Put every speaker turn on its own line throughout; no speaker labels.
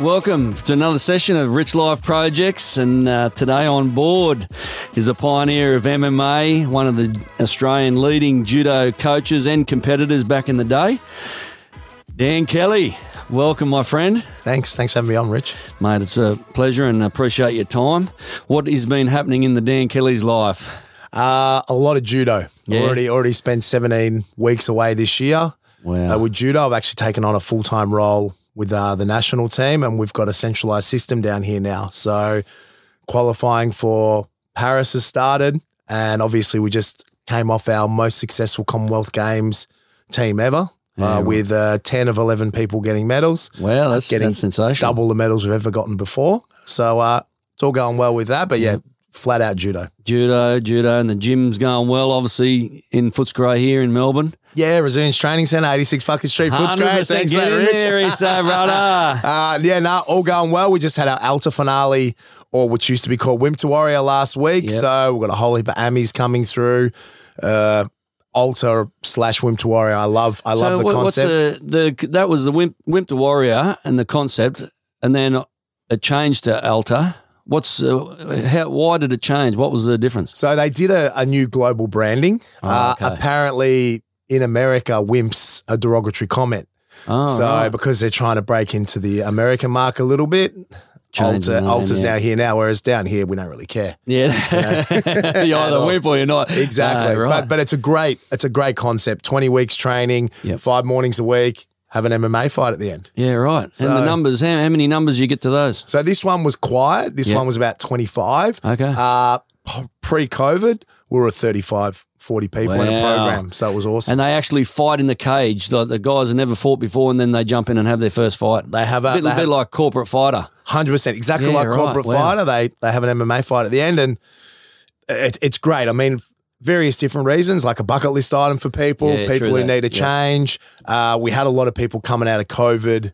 Welcome to another session of Rich Life Projects, and uh, today on board is a pioneer of MMA, one of the Australian leading judo coaches and competitors back in the day. Dan Kelly, welcome, my friend.
Thanks. Thanks for having me on, Rich.
Mate, it's a pleasure and appreciate your time. What has been happening in the Dan Kelly's life?
Uh, a lot of judo.
Yeah.
Already already spent 17 weeks away this year.
Wow.
Uh, with judo, I've actually taken on a full time role with uh, the national team, and we've got a centralized system down here now. So qualifying for Paris has started, and obviously we just came off our most successful Commonwealth Games team ever.
Yeah.
Uh, with uh, 10 of 11 people getting medals,
Wow, that's,
Getting
that's sensational.
double the medals we've ever gotten before. So uh, it's all going well with that. But yeah, flat out judo.
Judo, judo, and the gym's going well, obviously, in Footscray here in Melbourne.
Yeah, Resilience Training Center, 86 Fucking Street, Footscray.
100%
Thanks,
get
that,
in
Rich.
there, Issa, brother.
Uh, yeah, no, all going well. We just had our Alta finale, or which used to be called Wimp to Warrior last week.
Yep.
So we've got a whole heap of Ammies coming through. Uh, Alta slash Wimp to Warrior. I love, I love the
what-
concept.
What's the, the that was the wimp, wimp to warrior and the concept, and then it changed to Alta. What's uh, how? Why did it change? What was the difference?
So they did a, a new global branding.
Oh,
uh,
okay.
Apparently, in America, Wimp's a derogatory comment.
Oh,
so
right.
because they're trying to break into the American market a little bit,
Change the
Alta,
name,
Alta's
yeah.
now here now, whereas down here we don't really care.
yeah, you're
At
either
all.
wimp or you're not.
Exactly.
Uh, right.
But but it's a great it's a great concept. Twenty weeks training,
Yep.
five mornings a week, have an MMA fight at the end.
yeah, right. and the
So-
numbers. How, how many numbers you get to those?
So this one was quiet. This
Yep.
one was about twenty five.
Okay.
Uh, pre COVID, we were 35, 40 people in a
Wow.
program. So it was awesome.
and they actually fight in the cage. Like the guys have never fought before, and then they jump in and have their first fight.
they have a
bit,
they
bit
have-
like corporate fighter.
Hundred percent, exactly
Yeah,
like
right,
corporate
wow.
fighter. They they have an MMA fight at the end, and it, it's great. I mean, various different reasons, like a bucket list item for people,
Yeah, true
people who
that,
need a
yeah.
change. Uh, we had a lot of people coming out of COVID,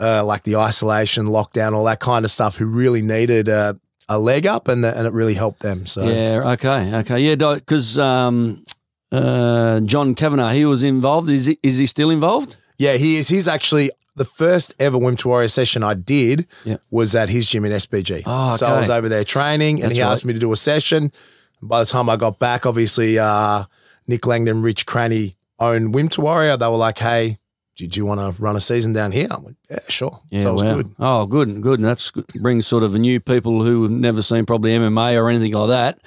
uh, like the isolation, lockdown, all that kind of stuff, who really needed a, a leg up, and the, and it really helped them. So
Yeah. Okay. Okay. Yeah. Because um, uh, John Kavanagh, he was involved. Is he, is he still involved?
Yeah, he is. He's actually the first ever Wim to Warrior session I did
Yeah.
was at his gym in SBG.
Oh,
So I
okay.
was over there training and
That's
he
right.
asked me to do a session. By the time I got back, obviously, uh, Nick Langdon, Rich Cranny own Wim to Warrior. They were like, hey, do, do you want to run a season down here? I went, yeah, sure.
Yeah.
so it was
wow.
good.
Oh, good. Good. And that's good. brings sort of new people who have never seen probably MMA or anything like that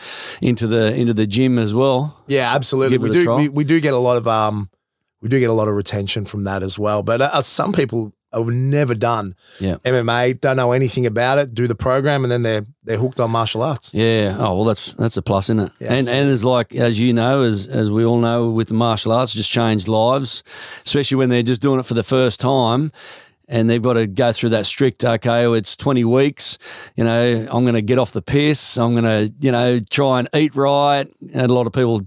into the into the gym as well.
Yeah, absolutely.
Give it
We
a
do
try.
we, we do get a lot of um we do get a lot of retention from that as well. But uh, some people have never done
Yeah.
MMA, don't know anything about it, do the program, and then they're they're hooked on martial arts.
Yeah. Oh well, that's that's a plus, isn't it?
Yeah,
and and it's like as you know, as as we all know, with the martial arts, just changed lives, especially when they're just doing it for the first time. And they've got to go through that strict, okay, well, it's 20 weeks, you know, I'm going to get off the piss. I'm going to, you know, try and eat right. And a lot of people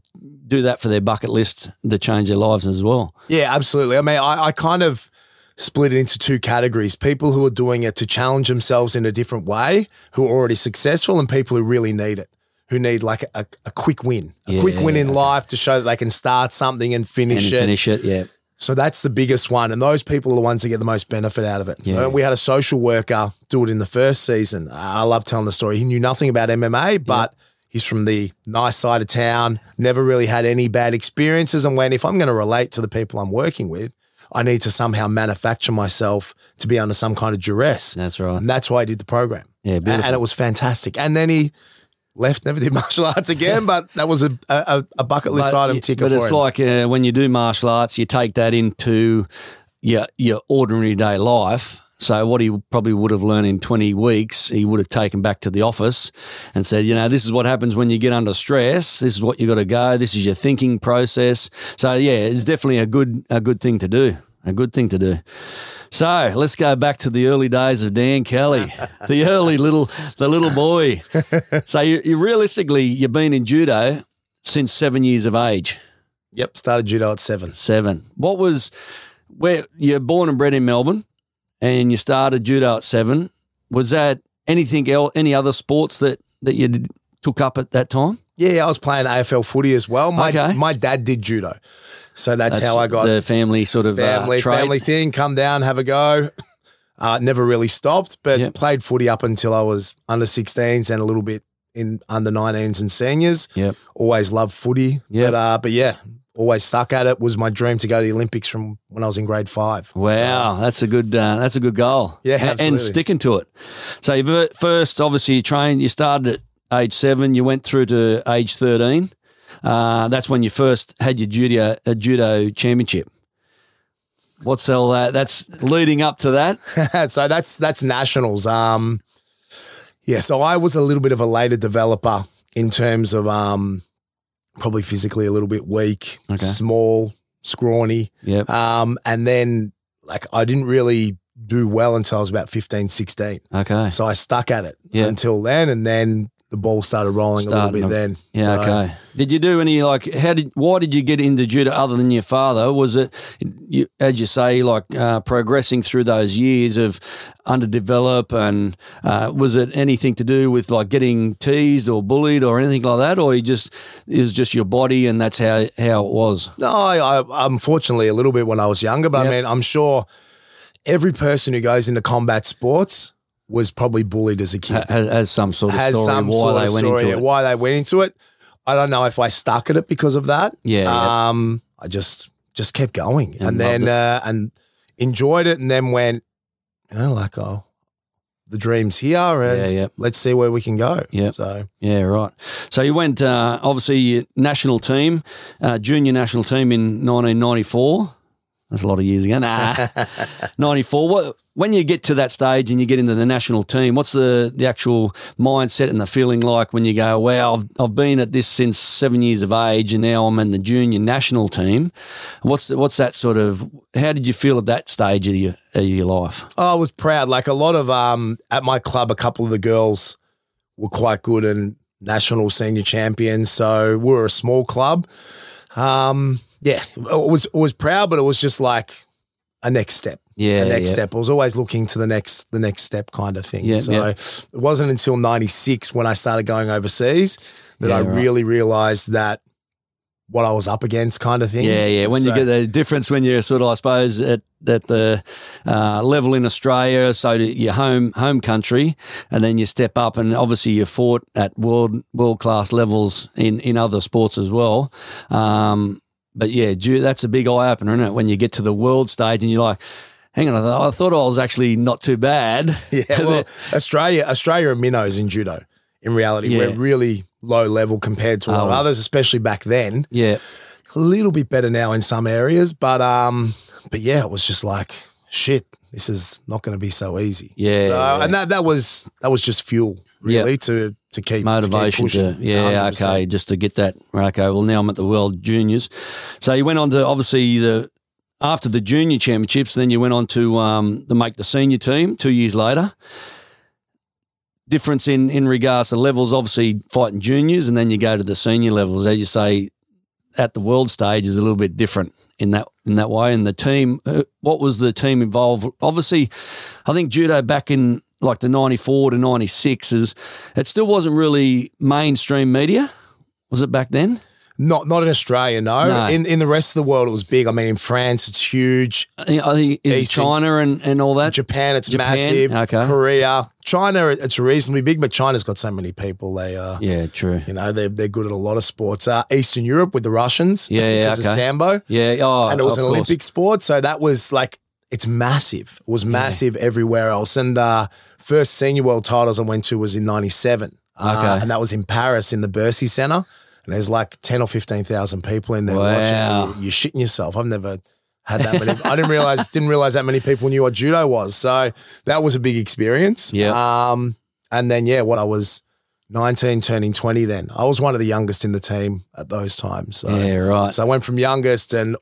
do that for their bucket list to change their lives as well.
Yeah, absolutely. I mean, I, I kind of split it into two categories people who are doing it to challenge themselves in a different way, who are already successful, and people who really need it, who need like a, a quick win, a
Yeah,
quick win in
okay.
life to show that they can start something and
And
finish it.
finish it. Yeah.
So that's the biggest one. And those people are the ones that get the most benefit out of it.
Yeah.
Uh, We had a social worker do it in the first season. I I love telling the story. He knew nothing about MMA, but he's from the nice side of town, never really had any bad experiences. And when, if I'm going to relate to the people I'm working with, I need to somehow manufacture myself to be under some kind of duress.
That's right.
And that's why I did the program.
Yeah.
A-
Beautiful.
And it was fantastic. And then he left, never did martial arts again, but that was a, a, a bucket list
But-
item ticker
But
for
it's
him.
like uh, when you do martial arts, you take that into your your ordinary day life. So what he probably would have learned in 20 weeks, he would have taken back to the office and said, you know, this is what happens when you get under stress. This is what you got to go. This is your thinking process. So yeah, it's definitely a good a good thing to do. A good thing to do. So let's go back to the early days of Dan Kelly, the early little the little boy. So you, you realistically you've been in judo since seven years of age.
yep, started judo at seven.
Seven. What was where you're born and bred in Melbourne, and you started judo at seven? Was that anything else? Any other sports that that you did- took up at that time?
Yeah, I was playing AFL footy as well. My
Okay.
my dad did judo, so that's, how I got
the family sort of uh,
family
trait.
family thing. Come down, have a go. Uh, never really stopped, but
Yep.
played footy up until I was under 16s and a little bit in under 19s and seniors.
Yep.
Always loved footy.
Yep.
But, uh, but yeah, always suck at it. Was my dream to go to the Olympics from when I was in grade five.
Wow, that's a good uh, that's a good goal.
Yeah,
A- and
absolutely.
sticking to it. So you ver- first, obviously, you trained. You started at age seven. You went through to age thirteen. Uh, that's when you first had your judo uh, judo championship. What's all that? That's leading up to that.
so that's that's nationals. Um, yeah. So I was a little bit of a later developer in terms of um, probably physically a little bit weak,
Okay.
small, scrawny.
Yep.
Um, and then like I didn't really do well until I was about 15, 16.
Okay.
So I stuck at it
Yeah.
until then, and then the ball started rolling a
Starting
little
to-
bit. Then
Yeah.
So-
okay. Did you do any like? How did? Why did you get into judo other than your father? Was it, you, as you say, like uh, progressing through those years of underdevelop, and uh, was it anything to do with like getting teased or bullied or anything like that, or you just it was just your body and that's how how it was?
No, I, I unfortunately a little bit when I was younger, but
Yep.
I mean, I'm sure every person who goes into combat sports was probably bullied as a kid.
Ha- Has, has some sort of
has
story
some
why
sort
they
of
went
story
into it.
why they went into it. I don't know if I stuck at it because of that.
Yeah, yeah.
Um, I just just kept going
And
and, then
loved it.
uh, and enjoyed it, and then went, you know, like oh, the dream's here, and
Yeah, yeah.
let's see where we can go.
Yep.
So
Yeah, right. So you went uh, obviously your national team, uh, junior national team in 1994. That's a lot of years ago. Nah, 94. What when you get to that stage and you get into the national team, what's the the actual mindset and the feeling like when you go, wow, I've, I've been at this since seven years of age, and now I'm in the junior national team. What's what's that sort of? How did you feel at that stage of your of your life?
Oh, I was proud. Like a lot of um at my club, a couple of the girls were quite good and national senior champions. So we were a small club. Um, yeah, it was it was proud, but it was just like a next step.
Yeah,
the next
yeah.
step. I was always looking to the next the next step kind of thing.
Yeah,
so
yeah.
it wasn't until '96 when I started going overseas that
Yeah,
I
right.
really realized that what I was up against kind of thing.
Yeah, yeah. When you
So-
get the difference when you're sort of, I suppose, at at the uh, level in Australia, so to your home home country, and then you step up, and obviously you fought at world world class levels in in other sports as well. Um, but yeah, ju- that's a big eye opener, isn't it? When you get to the world stage and you're like. Hang on, I, th- I thought I was actually not too bad.
Yeah, well, Australia, Australia are minnows in judo. In reality,
Yeah.
we're really low level compared to a lot of
Oh.
others, especially back then.
yeah,
A little bit better now in some areas, but um, but yeah, it was just like shit. This is not going to be so easy.
Yeah,
so,
yeah.
and that that was that was just fuel really to to keep
motivation
to, keep
to,
pushing,
yeah
100%.
okay just to get that okay well now i'm at the world juniors so you went on to obviously the after the junior championships then you went on to um to make the senior team two years later difference in in regards to levels obviously fighting juniors and then you go to the senior levels as you say at the world stage is a little bit different in that in that way. And the team, uh, what was the team involved? Obviously, I think judo back in like the '94 to '96 is it still wasn't really mainstream media. Was it back then?
Not not in Australia, no.
No.
In in the rest of the world, it was big. I mean, in France, it's huge.
I think, I think is it
Eastern-
China and, and all that.
Japan, it's
Japan,
massive.
okay.
Korea, China, it's reasonably big, but China's got so many people. They uh,
Yeah, true.
You know, they're, they're good at a lot of sports. Uh, Eastern Europe with the Russians.
Yeah, yeah,
Because of
okay.
Sambo.
Yeah, oh,
and it was
of
an
course.
Olympic sport. So that was like, it's massive. It was massive everywhere else. And the first senior world titles I went to was in 97.
Okay.
and that was in Paris in the Bercy Center. And there's like 10 or 15,000 people in there watching.
Wow.
And you- you're shitting yourself. I've never had that many. I didn't realize, didn't realize that many people knew what judo was. So that was a big experience.
Yeah.
Um, and then, yeah, what I was 19 turning 20 then. I was one of the youngest in the team at those times. So,
Yeah, right.
so I went from youngest and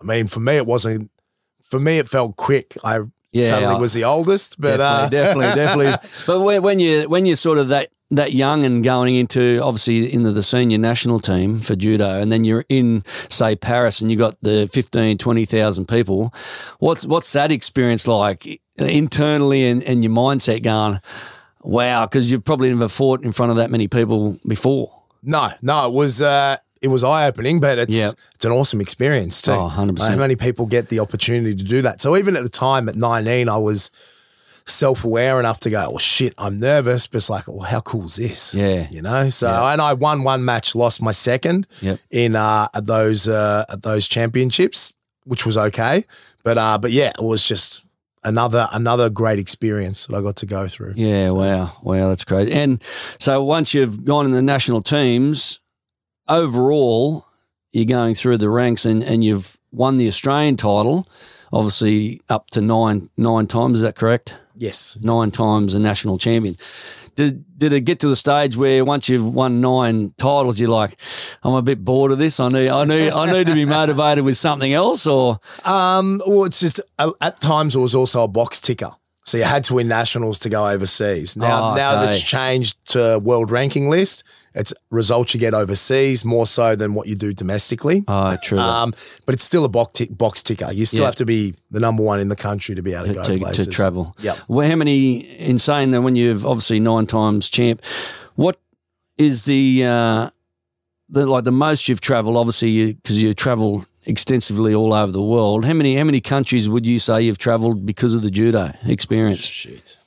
I mean for me it wasn't for me it felt quick. I
Yeah,
suddenly
I-
was the oldest, but
definitely,
uh,
definitely, definitely. But when, when you when you're sort of that that young and going into obviously into the senior national team for judo, and then you're in say Paris and you got the 15, 20,000 people. What's what's that experience like internally and, and your mindset going? Wow, because you've probably never fought in front of that many people before.
no, no, it was uh it was eye opening, but it's
Yeah.
it's an awesome experience too.
Oh, 100%.
How many people get the opportunity to do that? So even at the time at 19 I was self aware enough to go, well, shit, I'm nervous, but it's like, well, how cool is this?
Yeah.
You know? So,
Yeah.
and I won one match, lost my second
Yep.
in uh, at those uh, at those championships, which was okay. But uh, but yeah, it was just another another great experience that I got to go through.
Yeah, wow. Wow, that's great. And so once you've gone in the national teams, overall, you're going through the ranks and, and you've won the Australian title, obviously up to nine nine times, is that correct?
Yes.
Nine times a national champion. Did did it get to the stage where once you've won nine titles, you're like, I'm a bit bored of this. I need I need I need to be motivated with something else or
Um, well, it's just uh, at times it was also a box ticker. So you had to win nationals to go overseas. Now,
Oh,
now
okay.
that's changed to world ranking list. It's results you get overseas more so than what you do domestically.
Oh true.
Um, but it's still a box, tick, box ticker. You still
Yeah.
have to be the number one in the country to be able to, go
to,
places.
to travel.
Yep.
Well, how many in saying that when you've obviously nine times champ, what is the uh, the like the most you've travelled? Obviously, because you, travel extensively all over the world. How many how many countries would you say you've travelled because of the judo experience?
Shit.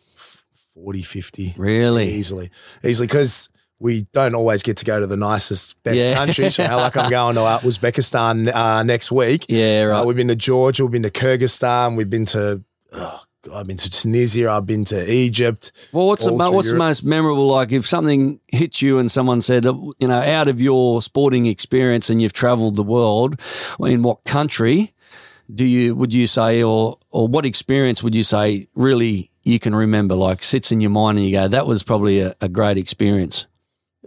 40, 50.
Really?
Easily. Easily. Because we don't always get to go to the nicest, best
Yeah.
countries. You know, like I'm going to uh, Uzbekistan uh, next week.
Yeah. Right.
Uh, we've been to Georgia, we've been to Kyrgyzstan, we've been to, oh, God, I've been to Tunisia, I've been to Egypt.
Well, what's the,
all
mo-
through
what's the
Europe.
most memorable? Like, if something hits you and someone said, uh, you know, out of your sporting experience and you've travelled the world, in what country do you would you say, or or what experience would you say really you can remember? Like, sits in your mind and you go, that was probably a, a great experience.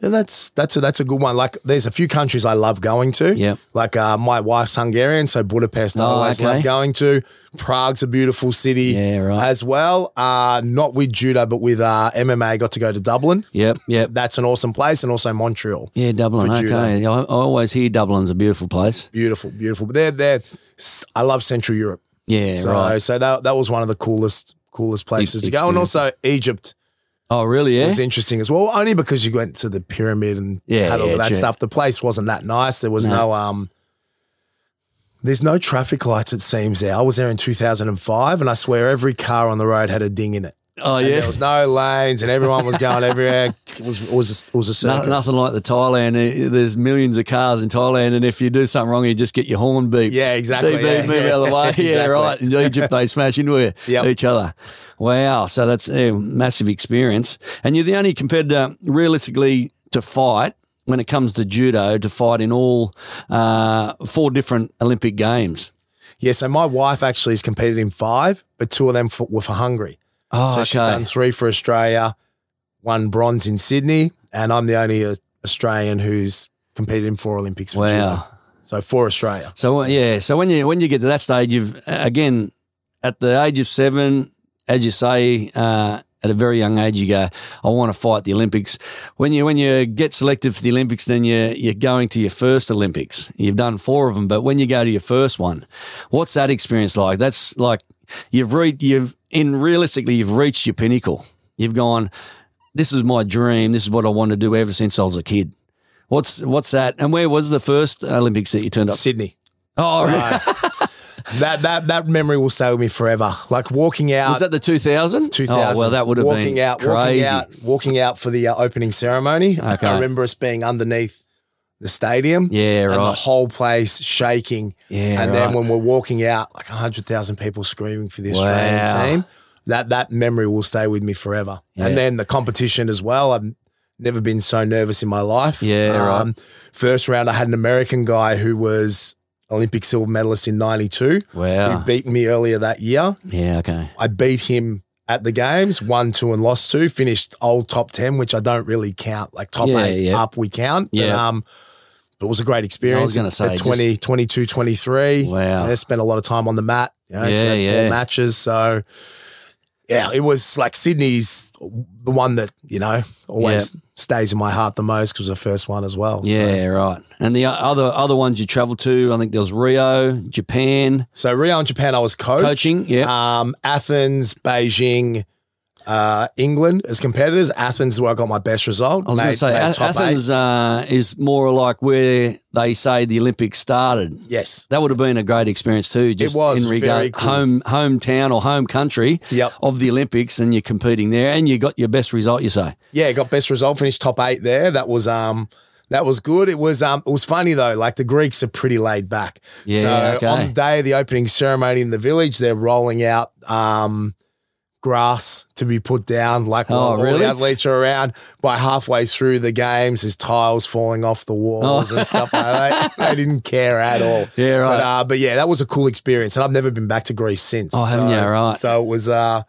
And that's that's a, that's a good one. Like, there's a few countries I love going to.
Yep.
Like, uh, my wife's Hungarian, so Budapest I
Oh,
always
okay.
love going to. Prague's a beautiful city
Yeah, right.
as well. Uh, not with judo, but with uh, MMA, got to go to Dublin.
Yep, yep.
That's an awesome place, and also Montreal.
Yeah, Dublin.
For
Okay,
judo.
I, I always hear Dublin's a beautiful place.
Beautiful, beautiful. But they're they're. s- I love Central Europe.
Yeah,
So uh,
right.
so that that was one of the coolest coolest places to go, and
Experience.
also Egypt.
Oh, really? Yeah.
was interesting as well. Only because you went to the pyramid and
Yeah,
had all
yeah,
of that
true.
stuff. The place wasn't that nice. There was no. um. There's no traffic lights. It seems there. I was there in 2005, and I swear every car on the road had a ding in it.
Oh,
And There
yeah.
was no lanes, and everyone was going everywhere. It was it was a, it was a
No,
circus.
nothing like the Thailand. Eh, There's millions of cars in Thailand, and if you do something wrong, you just get your horn beeped.
Yeah, exactly.
They,
yeah,
they move
yeah.
out of the way. Yeah,
Exactly.
right. In Egypt, they smash into it-
Yep.
each other. Wow. So that's a massive experience. And you're the only competitor, realistically, to fight when it comes to judo, to fight in all uh, four different Olympic Games.
Yeah. So my wife actually has competed in five, but two of them for, were for Hungary.
Oh,
so
okay.
she's done three for Australia, one bronze in Sydney, and I'm the only uh, Australian who's competed in four Olympics. For judo.
wow.
So for Australia.
So, uh, yeah. So when you when you get to that stage, you've uh, again at the age of seven, as you say, uh, at a very young age, you go, I want to fight the Olympics. When you when you get selected for the Olympics, then you you're going to your first Olympics. You've done four of them, but when you go to your first one, what's that experience like? That's like you've re- you've in realistically you've reached your pinnacle. You've gone. This is my dream. This is what I want to do ever since I was a kid. What's what's that? And where was the first Olympics that you turned up?
Sydney.
Oh,
So
right.
that that that memory will stay with me forever. Like walking out.
Was that the 2000?
2000.
Oh, well, that would have
walking
been
out,
crazy.
walking out, walking out for the uh, opening ceremony.
Okay.
I remember us being underneath the stadium,
Yeah,
and the
right.
whole place shaking.
Yeah,
and then
right.
when we're walking out, like hundred thousand people screaming for the Australian
Wow.
team. That that memory will stay with me forever.
Yeah.
And then the competition as well. I've never been so nervous in my life. Um,
Yeah, right.
First round, I had an American guy who was Olympic silver medalist in '92. Who
Wow.
beat me earlier that year.
Yeah, okay.
I beat him at the games, won two and lost two, finished old top 10, which I don't really count. Like top
Yeah,
eight
yeah.
up, we count. But,
Yeah.
um, but it was a great experience.
gonna
at-
say,
at
just-
20, 22, 23.
Wow.
And I spent a lot of time on the mat. You know,
Yeah,
yeah,
yeah.
Four matches. So, yeah, it was like Sydney's the one that, you know, always stays in my heart the most because the first one as well. So-
Yeah, right. And the o- other other ones you travelled to, I think there was Rio, Japan,
So, Rio and Japan, I was coach. Uh,
coaching. Yeah.
Um, Athens, Beijing, uh, England as competitors. Athens, is where I got my best result.
I was going
Made-
to say
made
Ath-
top eight.
Athens uh, is more like where they say the Olympics started.
Yes.
That would have been a great experience too. Just
was
in
very
regard
cool.
home hometown or home country
Yep.
of the Olympics, and you're competing there, and you got your best result. You say
Yeah, got best result, finished top eight there. That was um that was good. It was um it was funny though, like the Greeks are pretty laid back.
Yeah,
so
okay.
on the day of the opening ceremony in the village, they're rolling out um grass to be put down like
Oh,
while all
really?
the athletes are around by halfway through the games there's tiles falling off the walls and stuff like that. They didn't care at all.
Oh. Yeah, right.
But, uh, but yeah, that was a cool experience. And I've never been back to Greece since.
Oh, haven't
so,
ya? Right.
So it was uh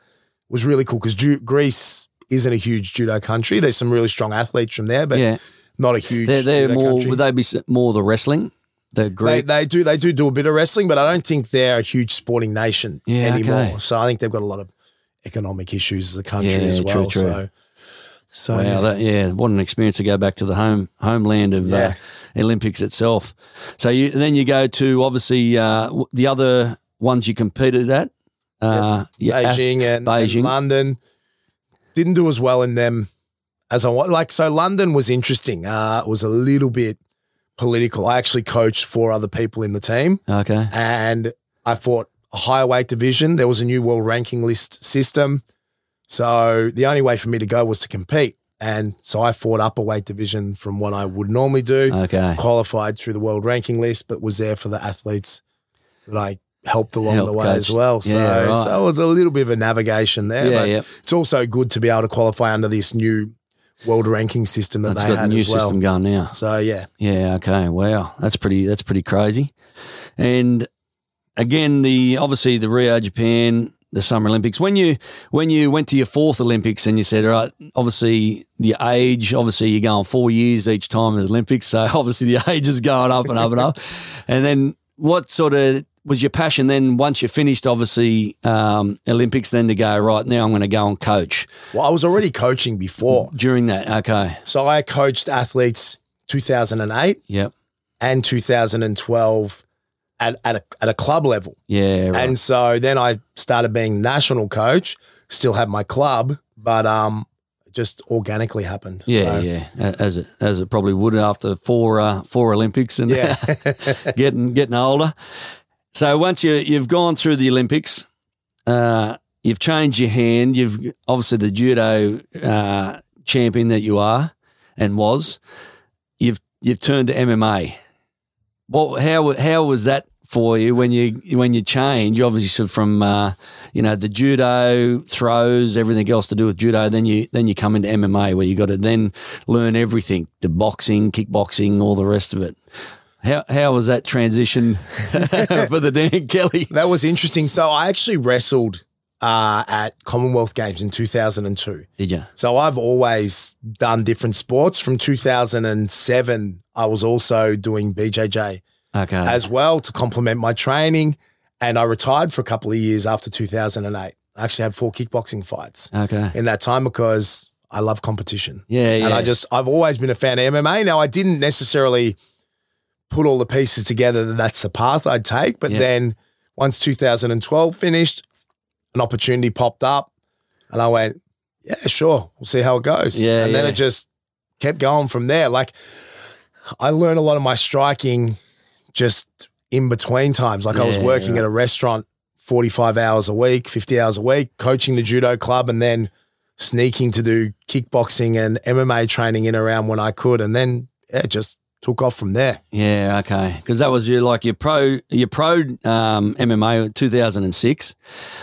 was really cool because Ju- Greece isn't a huge judo country. There's some really strong athletes from there, but
Yeah.
not a huge.
they're, they're
judo
more.
country.
Would they be s- more the wrestling? The
They,
Greek.
they do they do do a bit of wrestling, but I don't think they're a huge sporting nation
Yeah,
anymore.
okay.
So I think they've got a lot of economic issues as a country
Yeah,
as
true,
well.
true.
So, so
Wow,
yeah.
that, yeah, what an experience to go back to the home homeland of
Yeah.
uh, Olympics itself. So you and then you go to obviously uh, w- the other ones you competed at. Uh, yeah, ath-
Beijing, and, and
Beijing.
London didn't do as well in them as I want. Like so, London was interesting. Uh, it was a little bit political. I actually coached four other people in the team.
Okay.
and I fought a higher weight division. There was a new world ranking list system. So the only way for me to go was to compete. And so I fought up a weight division from what I would normally do,
Okay.
qualified through the world ranking list, but was there for the athletes that I helped along
Helped
the way as
coach.
well. So,
Yeah, right.
so it was a little bit of a navigation there.
Yeah,
but
yeah.
it's also good to be able to qualify under this new world ranking system that
That's
they
got the
had
new
as well.
system going now.
So yeah.
Yeah. Okay. Wow. That's pretty. That's pretty crazy. And again, the obviously the Rio Japan, the Summer Olympics. When you when you went to your fourth Olympics and you said, all right, obviously the age, obviously you're going four years each time at the Olympics, so obviously the age is going up and up and up. And then what sort of was your passion then once you finished obviously um, Olympics then to go right now I'm going to go and coach
Well, I was already coaching before.
during that okay
So I coached athletes 2008
yep
and 2012 at, at, a, at a club level.
yeah right.
And so then I started being national coach, still had my club, but um, it just organically happened.
Yeah,
So,
yeah, a- as it as it probably would after four uh, four Olympics and
Yeah.
getting getting older. So once you you've gone through the Olympics, uh, you've changed your hand. You've obviously the judo uh, champion that you are and was. You've you've turned to MMA. What how wa- how was that for you when you when you change obviously from uh, you know the judo throws everything else to do with judo then you then you come into MMA where you got to then learn everything the boxing kickboxing all the rest of it how how was that transition for the Dan Kelly
That was interesting. So I actually wrestled uh, at Commonwealth Games in 2002.
did you
So I've always done different sports. From 2007, I was also doing BJJ.
okay
as well to complement my training. And I retired for a couple of years after 2008. I actually had four kickboxing fights
okay
in that time because I love competition.
yeah yeah
And I just, I've always been a fan of MMA. Now, I didn't necessarily put all the pieces together that that's the path I'd take. But
Yeah.
then once 2012 finished, an opportunity popped up and I went, yeah, sure. We'll see how it goes.
Yeah,
And then
yeah.
it just kept going from there. Like I learned a lot of my striking just in between times. Like I was
Yeah,
working at a restaurant 45 hours a week, 50 hours a week, coaching the judo club and then sneaking to do kickboxing and MMA training in around when I could. And then yeah, it just took off from there.
Yeah, okay. Because that was your like your pro your pro um, MMA 2006.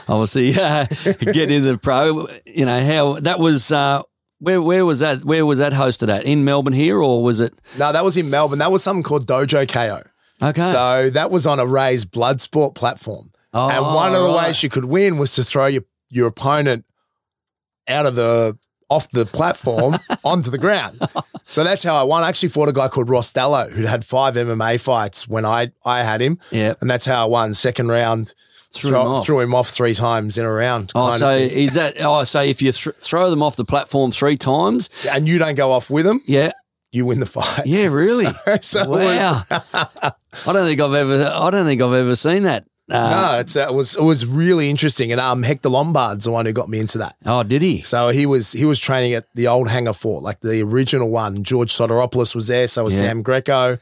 Obviously, uh, get into the pro. You know how that was. Uh, where where was that? Where was that hosted at? In Melbourne here, or was it?
No, that was in Melbourne. That was something called Dojo KO.
Okay.
So that was on a Ray's blood sport platform.
Oh,
and one of the
right.
ways you could win was to throw your, your opponent out of the off the platform onto the ground. So that's how I won. I actually fought a guy called Ross Dallow who'd had five MMA fights when I, I had him.
yeah,
And that's how I won. Second round,
threw
throw-
them off.
threw him off three times in a round.
Oh,
kind of
so
thing.
is that? Oh, so if you thr throw them off the platform three times,
and you don't go off with him,
yeah,
you win the fight.
yeah, really.
so it was-
wow. I don't think I've ever. I don't think I've ever seen that. Uh,
no, it's, uh, it was it was really interesting, and um, Hector Lombard's the one who got me into that.
Oh, did he?
So he was he was training at the old Hangar Fort, like the original one. George Soteropoulos was there, so was
Yeah.
Sam Greco.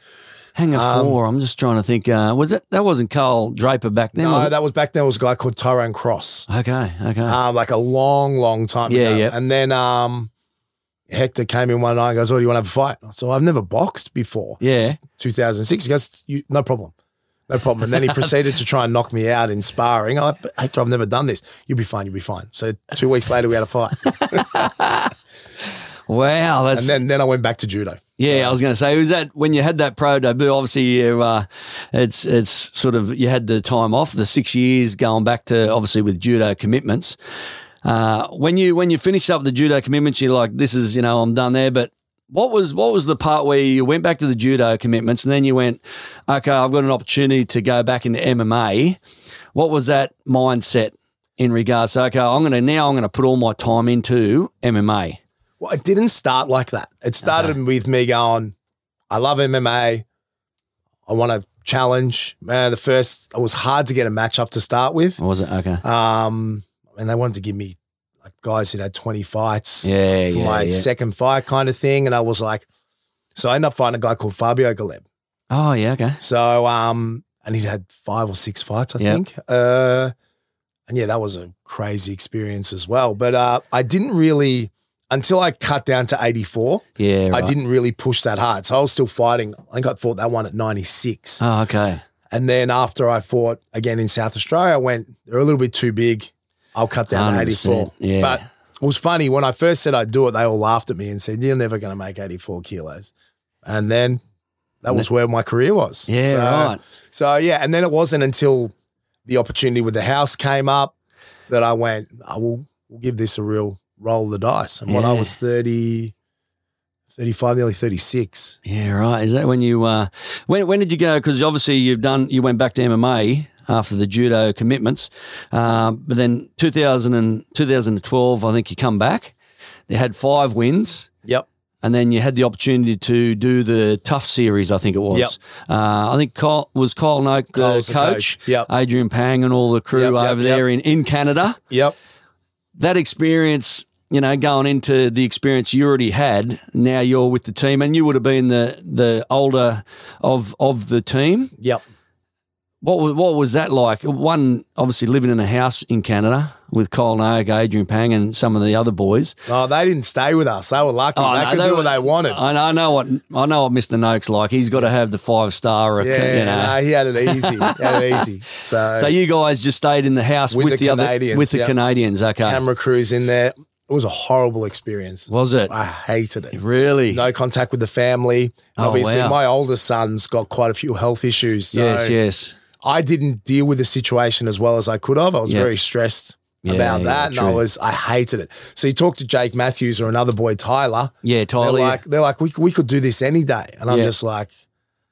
Hang a four. I'm just trying to think. Uh, was that that wasn't Carl Draper back then? was
No,
it?
Oh, that was back then. It was a guy called Tyrone Cross,
okay, okay.
um, like a long, long time
Yeah,
ago.
yeah.
And then um, Hector came in one night and goes, "Oh, do you want to have a fight?" So I've never boxed before.
Yeah.
2006. He goes, you, "No problem." No problem. And then he proceeded to try and knock me out in sparring. I, but Hector, I've never done this. You'll be fine. You'll be fine. So two weeks later, we had a fight.
wow, that's
And then, then I went back to judo.
yeah. I was going to say, was that when you had that pro debut? Obviously, you, uh, it's it's sort of you had the time off, the six years going back to obviously with judo commitments. Uh, when you when you finished up the judo commitments, you're like, this is you know I'm done there, but. What was what was the part where you went back to the judo commitments and then you went, okay, I've got an opportunity to go back into MMA. What was that mindset in regards to okay, I'm gonna now I'm gonna put all my time into MMA.
Well, it didn't start like that. It started with me going, I love MMA. I want to challenge. Man, the first, it was hard to get a match up to start with.
Was it okay?
Um, and they wanted to give me like guys who had 20 fights
Yeah,
for
yeah,
my
yeah.
second fight kind of thing. And I was like, so I ended up finding a guy called Fabio Galeb.
Oh yeah, okay.
So, um, and he'd had five or six fights, I
Yep.
think. Uh, and yeah, that was a crazy experience as well. But uh, I didn't really, until I cut down to 84,
Yeah, right.
I didn't really push that hard. So I was still fighting. I think I fought that one at 96.
Oh, okay.
And then after I fought again in South Australia, I went, they're a little bit too big. I'll cut down to
100%,
84.
yeah.
But it was funny. When I first said I'd do it, they all laughed at me and said, You're never going to make 84 kilos. And then that was where my career was.
Yeah,
So-
right.
So, yeah. And then it wasn't until the opportunity with the house came up that I went, I will we'll give this a real roll of the dice. And when I
Yeah.
was 30, 35, nearly 36,
Yeah, right. Is that when you uh, when when did you go? Because obviously you've done you went back to MMA after the judo commitments, um, but then 2000 and 2012, I think you come back. You had five wins.
Yep.
And then you had the opportunity to do the tough series, I think it was.
Yep.
Uh, I think Kyle, was Kyle Noak the
Kyle's
coach,
the coach. Yep.
Adrian Pang and all the crew
Yep, yep,
over there in, in Canada.
Yep.
that experience, you know, going into the experience you already had, now you're with the team, and you would have been the the older of of the team.
Yep.
What was what was that like? One, obviously living in a house in Canada with Kyle Noak, Adrian Pang, and some of the other boys.
No, they didn't stay with us. They were lucky.
Oh,
they
no,
could
they
do
were-
what they wanted.
I know, I know what I know what Mister Noak's like. He's got to have the five star,
yeah,
you know.
no, he had it easy. he had it easy. So,
So you guys just stayed in the house with,
With the
the, other
Canadians,
with the
yep.
Canadians. Okay,
camera crews in there. It was a horrible experience.
was it
I hated it.
really?
No contact with the family.
Oh,
Obviously,
wow.
my older son's got quite a few health issues. So
yes, yes.
I didn't deal with the situation as well as I could have. I was
Yeah.
very stressed
Yeah,
about
yeah,
that, and I
true.
was I hated it. So you talk to Jake Matthews or another boy Tyler.
Oh, Yeah,
They're
Tyler.
like they're like we we could do this any day, and I'm
Yeah.
just like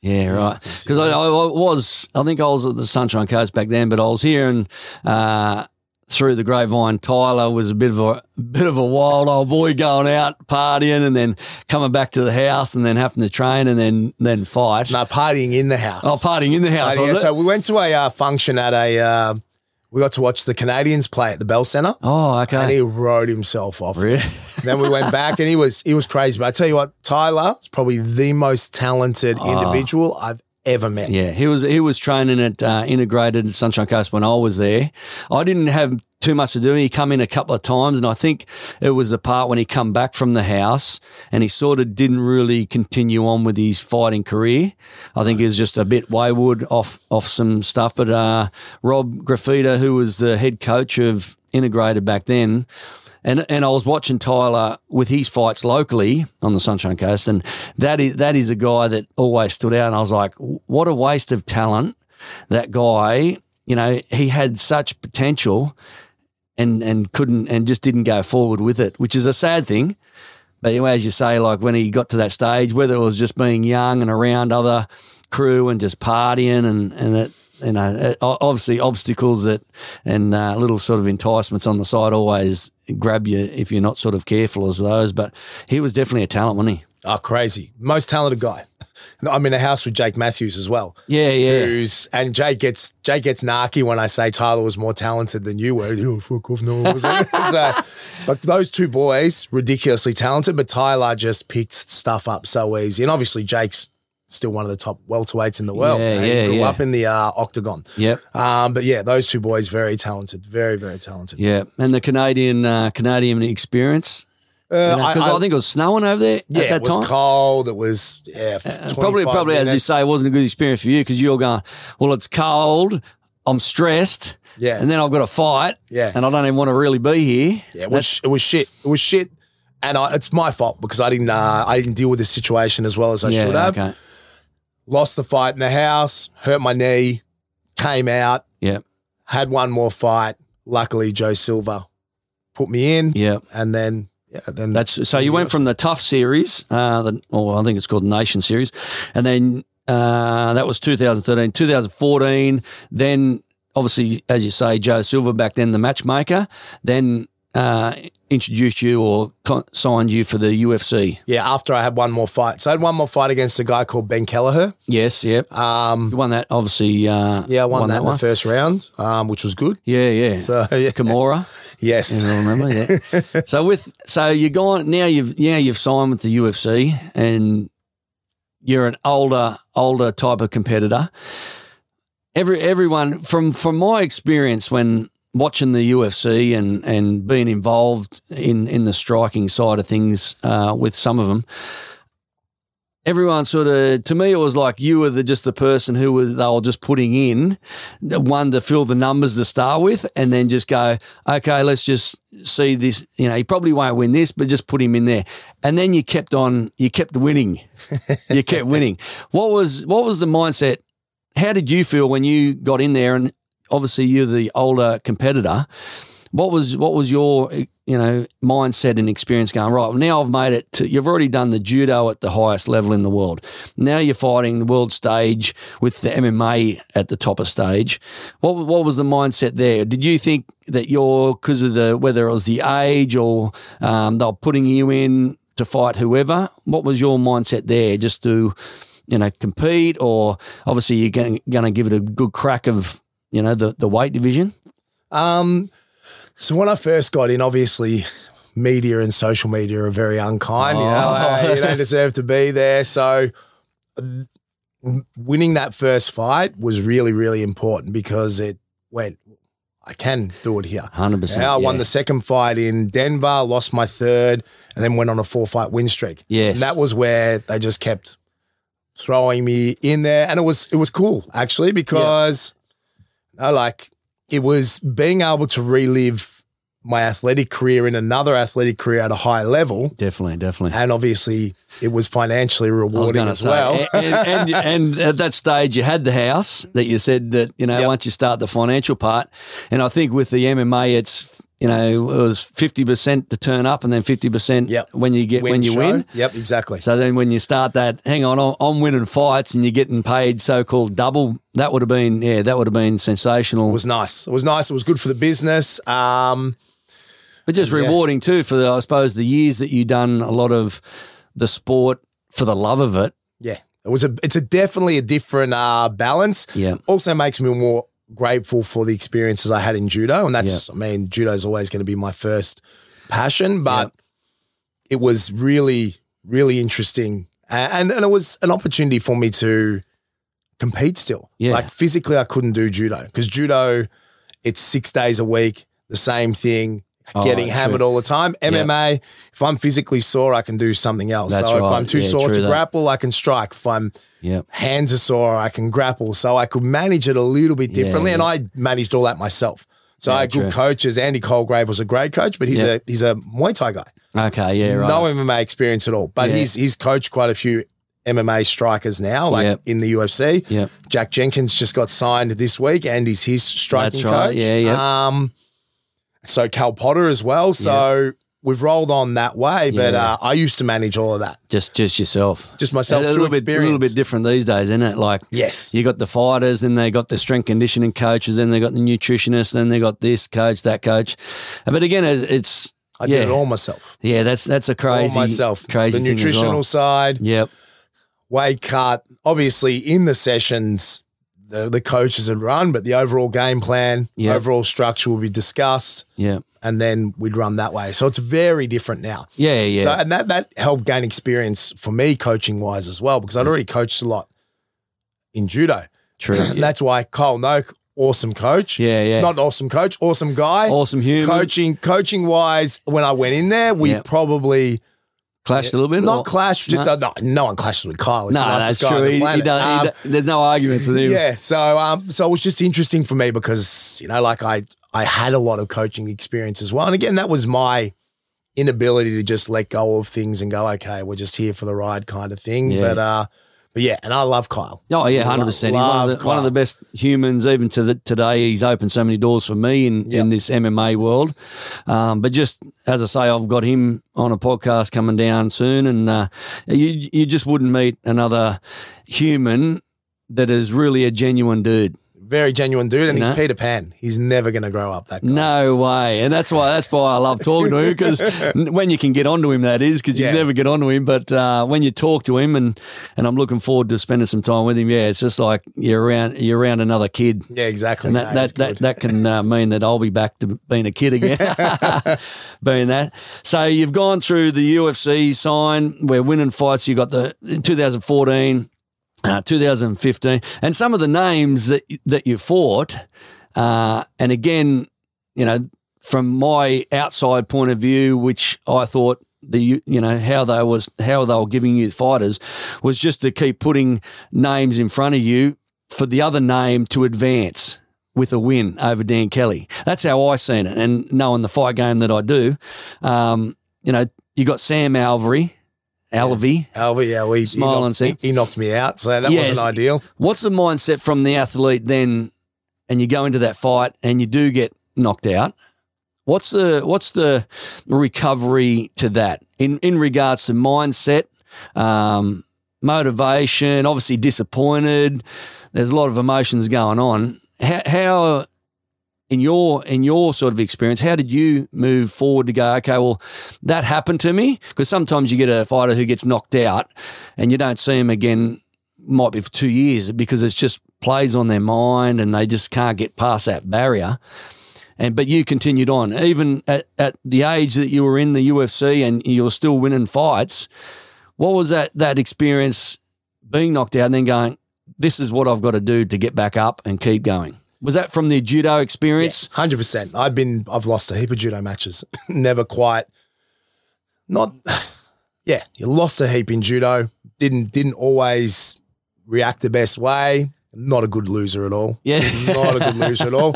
Yeah, right.
that's
Because I,
nice.
I I was, I think I was at the Sunshine Coast back then, but I was hearing uh, through the grapevine, Tyler was a bit of a bit of a wild old boy going out partying and then coming back to the house and then having to train and then then fight.
no partying in the house.
Oh, partying in the house.
Uh, yeah,
was it?
so we went to a uh, function at a. Uh, we got to watch the Canadians play at the Bell Centre,
oh,
and
okay.
he rode himself off.
Really?
then we went back, and he was he was crazy. But I tell you what, Tyler is probably the most talented
Ah.
individual I've ever met.
Yeah, he was he was training at uh, integrated at Sunshine Coast when I was there. I didn't have too much to do. He come in a couple of times, and I think it was the part when he come back from the house and he sort of didn't really continue on with his fighting career. I think he was just a bit wayward off off some stuff. But uh, Rob Graffita, who was the head coach of integrated back then. And, and I was watching Tyler with his fights locally on the Sunshine Coast, and that is that is a guy that always stood out. And I was like, what a waste of talent! That guy, you know, he had such potential, and and couldn't and just didn't go forward with it, which is a sad thing. But anyway, as you say, like when he got to that stage, whether it was just being young and around other crew and just partying and and that you know it- o- obviously obstacles that and uh, little sort of enticements on the side always grab you if you're not sort of careful as those. But he was definitely a talent, wasn't he?
Oh, crazy! Ah, Most talented guy. And I'm in a house with Jake Matthews as well.
Yeah, yeah.
Who's and Jake gets Jake gets narky when I say Tyler was more talented than you were. You know, fuck off, no one was. so, but those two boys ridiculously talented, but Tyler just picked stuff up so easy. And obviously Jake's still one of the top welterweights in the world.
Yeah,
man. He
yeah,
grew
yeah.
up in the uh, octagon.
Yep.
Um, but yeah, those two boys very talented, very very talented.
Yeah, and the Canadian uh, Canadian experience
Uh,
because I, think it was snowing over there
yeah,
at that
it was
time.
cold. It was yeah,
And probably, probably as you say, it wasn't a good experience for you because you're going, well, it's cold, I'm stressed,
Yeah.
and then I've got to fight,
Yeah.
and I don't even want to really be here.
Yeah, it was, sh- it was shit. It was shit, and I, it's my fault because I didn't uh, I didn't deal with the situation as well as I
yeah,
should have.
okay,
Lost the fight in the house, hurt my knee, came out,
yeah,
had one more fight. Luckily, Joe Silva put me in,
yeah.
and then yeah, then
That's so you went from the tough series, uh, the, or I think it's called the Nation Series, and then uh, that was 2013, 2014. Then obviously, as you say, Joe Silver back then the matchmaker, then uh, introduced you or con- signed you for the UFC.
yeah. After I had one more fight, so I had one more fight against a guy called Ben Kelleher.
Yes, yep.
Um,
You won that, obviously. Uh,
yeah, I won, that, in
one.
the first round, um, which was good.
Yeah, yeah.
So yeah,
Kimura,
yes,
I remember that. so with so you're gone now. You've yeah you've signed with the UFC and you're an older older type of competitor. Every everyone from from my experience when watching the UFC and and being involved in in the striking side of things uh, with some of them. Everyone sort of, to me, it was like you were the, just the person who was they were just putting in one to fill the numbers to start with, and then just go, okay, let's just see this. You know, he probably won't win this, but just put him in there. And then you kept on, you kept winning, you kept winning. What was what was the mindset? How did you feel when you got in there? And obviously, you're the older competitor. What was what was your you know mindset and experience going right? Now I've made it. To, you've already done the judo at the highest level in the world. Now you're fighting the world stage with the MMA at the top of stage. What what was the mindset there? Did you think that you're because of the whether it was the age or um, they're putting you in to fight whoever? What was your mindset there? Just to you know compete, or obviously you're going to give it a good crack of you know the the weight division.
Um, so when I first got in, obviously, media and social media are very unkind. You know,
Oh.
Hey, you don't deserve to be there. So mm, winning that first fight was really, really important because it went. I can do it here.
Hundred percent.
I won the second fight in Denver, lost my third, and then went on a four fight win streak.
Yes.
And that was where they just kept throwing me in there. And it was it was cool actually because I like it was being able to relive my athletic career in another athletic career at a high level.
Definitely, definitely.
And obviously it was financially
I was
rewarding
gonna eh,
as well.
a- and, and, and at that stage, you had the house that you said that, you know,
Yep.
once you start the financial part. And I think with the MMA, it's, you know, it was 50% to turn up and then 50%
Yep.
when you get, when you
show.
win.
Yep, exactly.
So then when you start that, hang on, I'm- I'm winning fights and you're getting paid so called double. That would have been, yeah, that would have been sensational.
it was nice. It was nice. It was good for the business. Um,
But just rewarding too for the, I suppose, the years that you done a lot of the sport for the love of it.
Yeah, it was a. It's a definitely a different uh, balance.
Yeah.
also makes me more grateful for the experiences I had in judo, and that's. I mean, judo is always going to be my first passion, but it was really, really interesting, A- and and it was an opportunity for me to compete still.
Yeah.
like physically, I couldn't do judo because judo, it's six days a week, the same thing.
Oh,
Getting
true.
hammered all the time. MMA, if I'm physically sore, I can do something else.
That's
so if
right.
I'm too
Yeah,
sore
true
to
that.
grapple, I can strike. If I'm
Yeah.
hands are sore, I can grapple. So I could manage it a little bit
Yeah,
differently. And I managed all that myself. So I had good
true.
coaches. Andy Colgrave was a great coach, but he's
Yeah.
a he's a Muay Thai guy.
Okay. Yeah. Right.
No MMA experience at all. But
Yeah.
he's he's coached quite a few MMA strikers now, like
Yep.
in the UFC.
Yep.
Jack Jenkins just got signed this week and he's his striking
That's right.
coach.
Yeah, yeah.
Um so Cal Potter as well. So we've rolled on that way, but
Yeah.
uh, I used to manage all of that.
Just just yourself.
Just myself
a
through
little bit, a
experience.
little bit different these days, isn't it? Like
Yes.
you got the fighters, then they got the strength conditioning coaches, then they got the nutritionists, then they got this coach, that coach. But again, it- it's
I
yeah,
did it all myself.
yeah. That's that's a crazy
all myself.
crazy
the
thing as
nutritional
well.
side,
Yep.
Wade Cart, obviously in the sessions, the, the coaches would run, but the overall game plan,
Yeah.
overall structure will be discussed,
Yeah.
and then we'd run that way. So it's very different now.
Yeah. Yeah. yeah.
So and that that helped gain experience for me coaching wise as well because I'd already coached a lot in judo.
True.
And that's why Kyle Noak, awesome coach.
yeah. Yeah.
Not an awesome coach, awesome guy.
awesome human.
Coaching coaching wise, when I went in there, we
Yeah.
probably
clashed a little bit. or-
not clashed, just
No.
uh, no. no one clashes with Kyle. He's
No,
the
that's
nicest guy
true.
on
He,
the
he
planet.
does, he
Um,
do- there's no arguments with him.
yeah. So um so it was just interesting for me because, you know, like I I had a lot of coaching experience as well. And again, that was my inability to just let go of things and go, okay, we're just here for the ride kind of thing.
Yeah.
But uh but yeah, and I love Kyle.
Oh yeah,
Lo-
hundred percent. He's one of,
love
the, one of
Kyle.
the best humans, even to the, today. He's opened so many doors for me in,
Yeah.
in this MMA world. Um, but just as I say, I've got him on a podcast coming down soon, and uh, you you just wouldn't meet another human that is really a genuine dude.
Very genuine dude, and
No.
he's Peter Pan. He's never gonna grow up that guy.
No way, and that's why that's why I love talking to him because when you can get onto him, that is because you
Yeah.
never get onto him. But uh, when you talk to him, and and I'm looking forward to spending some time with him. Yeah, it's just like you're around you're around another kid.
Yeah, exactly.
And
No,
that,
he's
that, that,
good.
that can uh, mean that I'll be back to being a kid again. being that. So you've gone through the UFC sign, we're winning fights. You got the in 2014, uh, 2015, and some of the names that that you fought. Uh, and again, you know, from my outside point of view, which I thought the you you know how they was how they were giving you fighters was just to keep putting names in front of you for the other name to advance with a win over Dan Kelly. That's how I seen it, and knowing the fight game that I do, um, you know, you got Sam Alvary, Alvey.
Albert, yeah, we he
Smile
knocked-
and see.
He, he knocked me out, so that
Yes.
wasn't ideal.
What's the mindset from the athlete then? And you go into that fight and you do get knocked out. What's the what's the recovery to that in in regards to mindset, um, motivation? Obviously disappointed. There's a lot of emotions going on. How, how in your in your sort of experience, how did you move forward to go? Okay, well, that happened to me because sometimes you get a fighter who gets knocked out and you don't see him again might be for two years because it's just plays on their mind and they just can't get past that barrier. And but you continued on, even at, at the age that you were in the UFC and you were still winning fights. What was that that experience being knocked out and then going, This is what I've got to do to get back up and keep going? Was that from the judo experience?
Hundred percent. I've been I've lost a heap of judo matches. Never quite not yeah, you lost a heap in judo. Didn't didn't always react the best way. Not a good loser at all.
Yeah.
Not a good loser at all.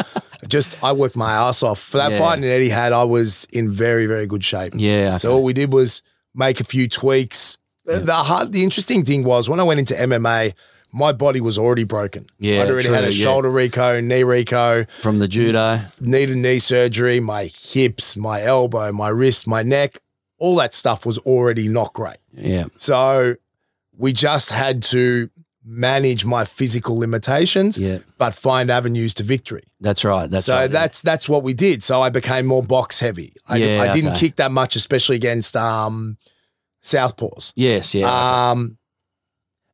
Just I worked my ass off. For that
Yeah.
fight in Eddie had, I was in very, very good shape.
Yeah.
So all we did was make a few tweaks. The- The hard, the interesting thing was when I went into MMA, my body was already broken.
Yeah,
I'd already had
true,
a
yeah.
shoulder reco, knee reco,
from the judo.
needed knee surgery. My hips, my elbow, my wrist, my neck, all that stuff was already not great.
Yeah.
So we just had to manage my physical limitations,
Yeah.
but find avenues to victory
That's right. That's
so
right.
that's that's what we did. So I became more box heavy. I,
Yeah,
I didn't
okay.
kick that much, especially against um, southpaws.
Yes, yeah.
Um,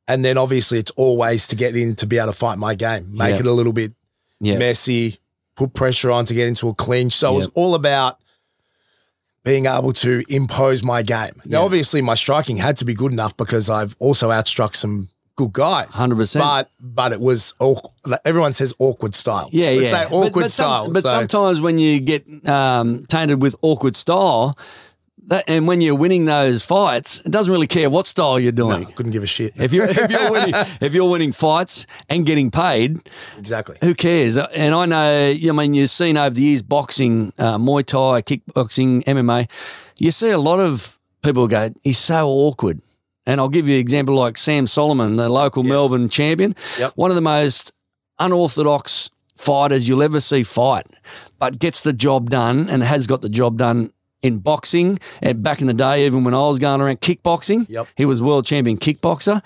and then obviously it's always to get in to be able to fight my game, make
Yeah.
it a little bit
yeah.
messy, put pressure on to get into a clinch. So it was
Yeah.
all about being able to impose my game. Now,
Yeah.
obviously, my striking had to be good enough because I've also outstruck some good guys.
100%.
But but it was awk- like, everyone says awkward style.
Yeah,
They
yeah.
Say
But-
awkward
but, some-
style.
but
so-
sometimes when you get um, tainted with awkward style, that, and when you're winning those fights, it doesn't really care what style you're doing.
I couldn't give a shit.
If you're if you're winning if you're winning fights and getting paid,
exactly.
who cares? Uh, And I know, I mean, you've seen over the years boxing, uh, Muay Thai, kickboxing, MMA. You see a lot of people go, he's so awkward. And I'll give you an example like Sam Solomon, the local Melbourne champion,
Yep.
one of the most unorthodox fighters you'll ever see fight, but gets the job done and has got the job done in boxing. And back in the day, even when I was going around kickboxing,
Yep.
he was world champion kickboxer.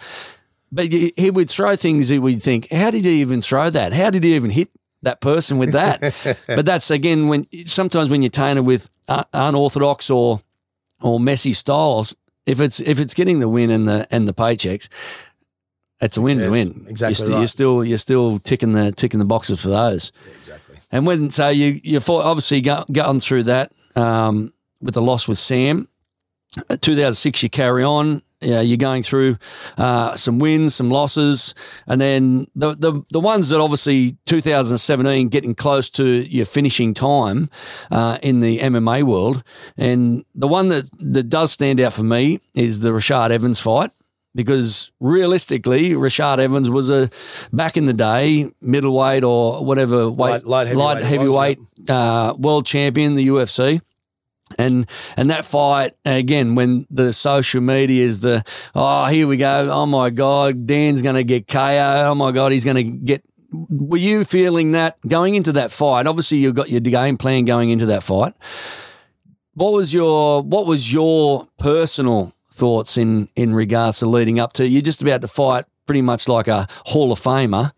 But y- he would throw things that we'd think, how did he even throw that? How did he even hit that person with that? but that's again when sometimes when you're tainted with uh, unorthodox or or messy styles, if it's if it's getting the win and the and the paychecks, It's a win-win.
Yes, exactly
You're, st-
right.
you're still you're still ticking the ticking the boxes for those.
Exactly.
And when so you you fought, obviously got gotten through that um, with the loss with Sam. Uh, 2006, you carry on. Yeah, you're going through uh, some wins, some losses, and then the, the the ones that obviously 2017 getting close to your finishing time uh, in the MMA world, and the one that that does stand out for me is the Rashad Evans fight because realistically, Rashad Evans was a back in the day middleweight or whatever weight,
Light- light heavyweight it was,
heavyweight uh, world champion in the UFC. And and that fight again when the social media is the oh here we go oh my god Dan's going to get KO oh my god he's going to get were you feeling that going into that fight obviously you've got your game plan going into that fight what was your what was your personal thoughts in in regards to leading up to you're just about to fight pretty much like a hall of famer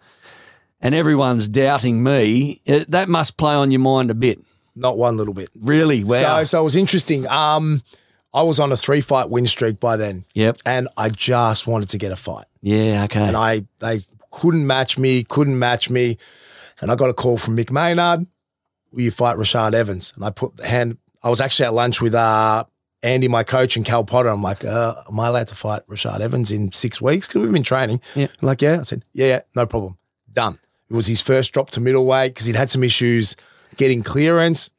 and everyone's doubting me it, that must play on your mind a bit
Not one little bit.
really wow
So, so it was interesting. Um, I was on a three fight win streak by then,
yep
and I just wanted to get a fight.
yeah okay
and I they couldn't match me, couldn't match me, and I got a call from Mick Maynard. Will you fight Rashad Evans? And I put the hand. I was actually at lunch with uh, Andy, my coach, and Cal Potter. I'm like, uh, am I allowed to fight Rashad Evans in six weeks? Because we've been training.
Yeah.
I'm like, yeah. I said, yeah, yeah, no problem. Done. It was his first drop to middleweight because he'd had some issues getting clearance.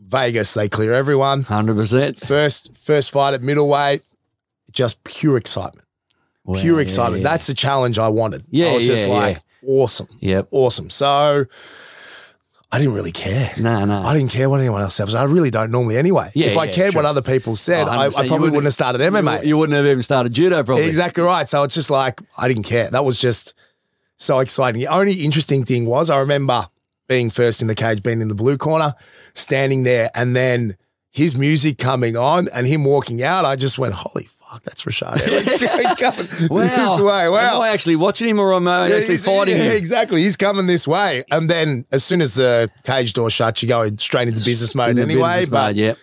Vegas, they clear everyone.
100%
First, first fight at middleweight, just pure excitement
Wow,
pure
yeah,
excitement.
yeah.
That's the challenge I wanted.
Yeah,
I was just
yeah,
like, awesome,
yep
awesome. So I didn't really care.
no no
I didn't care what anyone else said. I really don't normally anyway.
Yeah,
if I
yeah,
cared
sure.
what other people said,
Oh,
I,
100%.
I
You
probably
wouldn't-
wouldn't have started MMA.
you, you wouldn't have even started judo probably
Exactly right. So it's just like I didn't care. That was just so exciting. The only interesting thing was I remember being first in the cage, being in the blue corner, standing there, and then his music coming on and him walking out. I just went, "Holy fuck, that's Rashad Evans coming
wow
this way!" Wow,
am I actually watching him or am I actually
He's-
fighting
yeah,
him
Exactly. He's coming this way. And then as soon as the cage door shuts, you go straight into business mode
In the
anyway.
business
but
mode, yep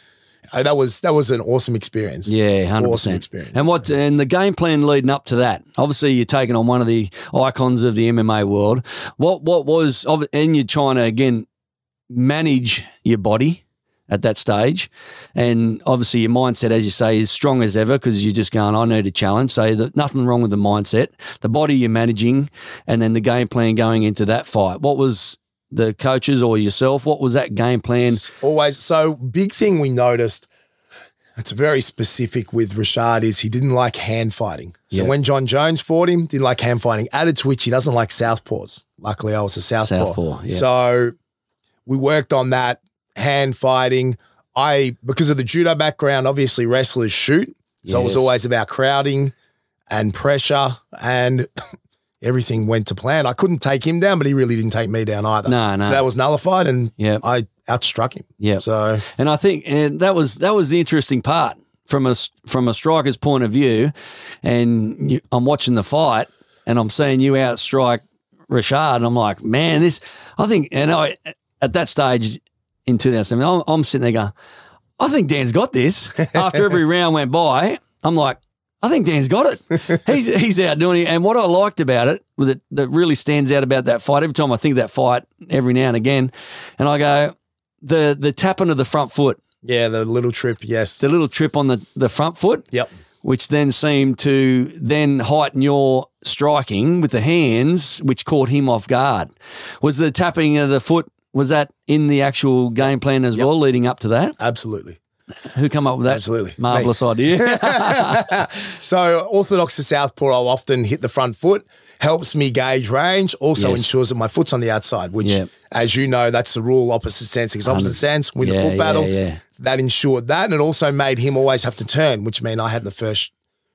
uh, that was that was an awesome experience.
Yeah, hundred
Awesome
percent.
experience.
And what and the game plan leading up to that? Obviously, you're taking on one of the icons of the MMA world. What what was of- and you're trying to again manage your body at that stage, and obviously your mindset, as you say, is strong as ever because you're just going, I need a challenge. So that nothing wrong with the mindset, the body you're managing, and then the game plan going into that fight. What was the coaches or yourself? What was that game plan?
It's always so big thing we noticed. It's very specific with Rashad is he didn't like hand fighting. So
Yeah.
when John Jones fought him, didn't like hand fighting. Added to which he doesn't like southpaws. Luckily, I was a southpaw.
Southpaw, yeah.
So we worked on that hand fighting. I because of the judo background, obviously wrestlers shoot. So it was
Yes.
always about crowding and pressure and everything went to plan. I couldn't take him down, but he really didn't take me down either.
No, no.
So that was nullified and
Yeah,
I outstruck him.
yeah.
So
And I think and that was that was the interesting part from a s- from a striker's point of view. And you, I'm watching the fight, and I'm seeing you outstrike Rashad, and I'm like, man, this. I think, and I at that stage in 2007, I'm, I'm sitting there going, I think Dan's got this. After every round went by, I'm like. I think Dan's got it. He's he's out doing it. And what I liked about it, that, that really stands out about that fight, every time I think of that fight, every now and again, and I go, the the tapping of the front foot,
yeah, the little trip, yes.
the little trip on the, the front foot,
Yep.
which then seemed to then heighten your striking with the hands, which caught him off guard. Was the tapping of the foot was that in the actual game plan as well, leading up to that?
Absolutely.
Who come up with that
Absolutely.
marvelous idea?
So orthodox to southpaw, I'll often hit the front foot, helps me gauge range, also
Yes.
ensures that my foot's on the outside, which
Yep.
as you know, that's the rule, opposite sense, because opposite sense, win
Yeah,
the
yeah,
foot battle.
yeah.
That ensured that. And it also made him always have to turn, which meant I had the first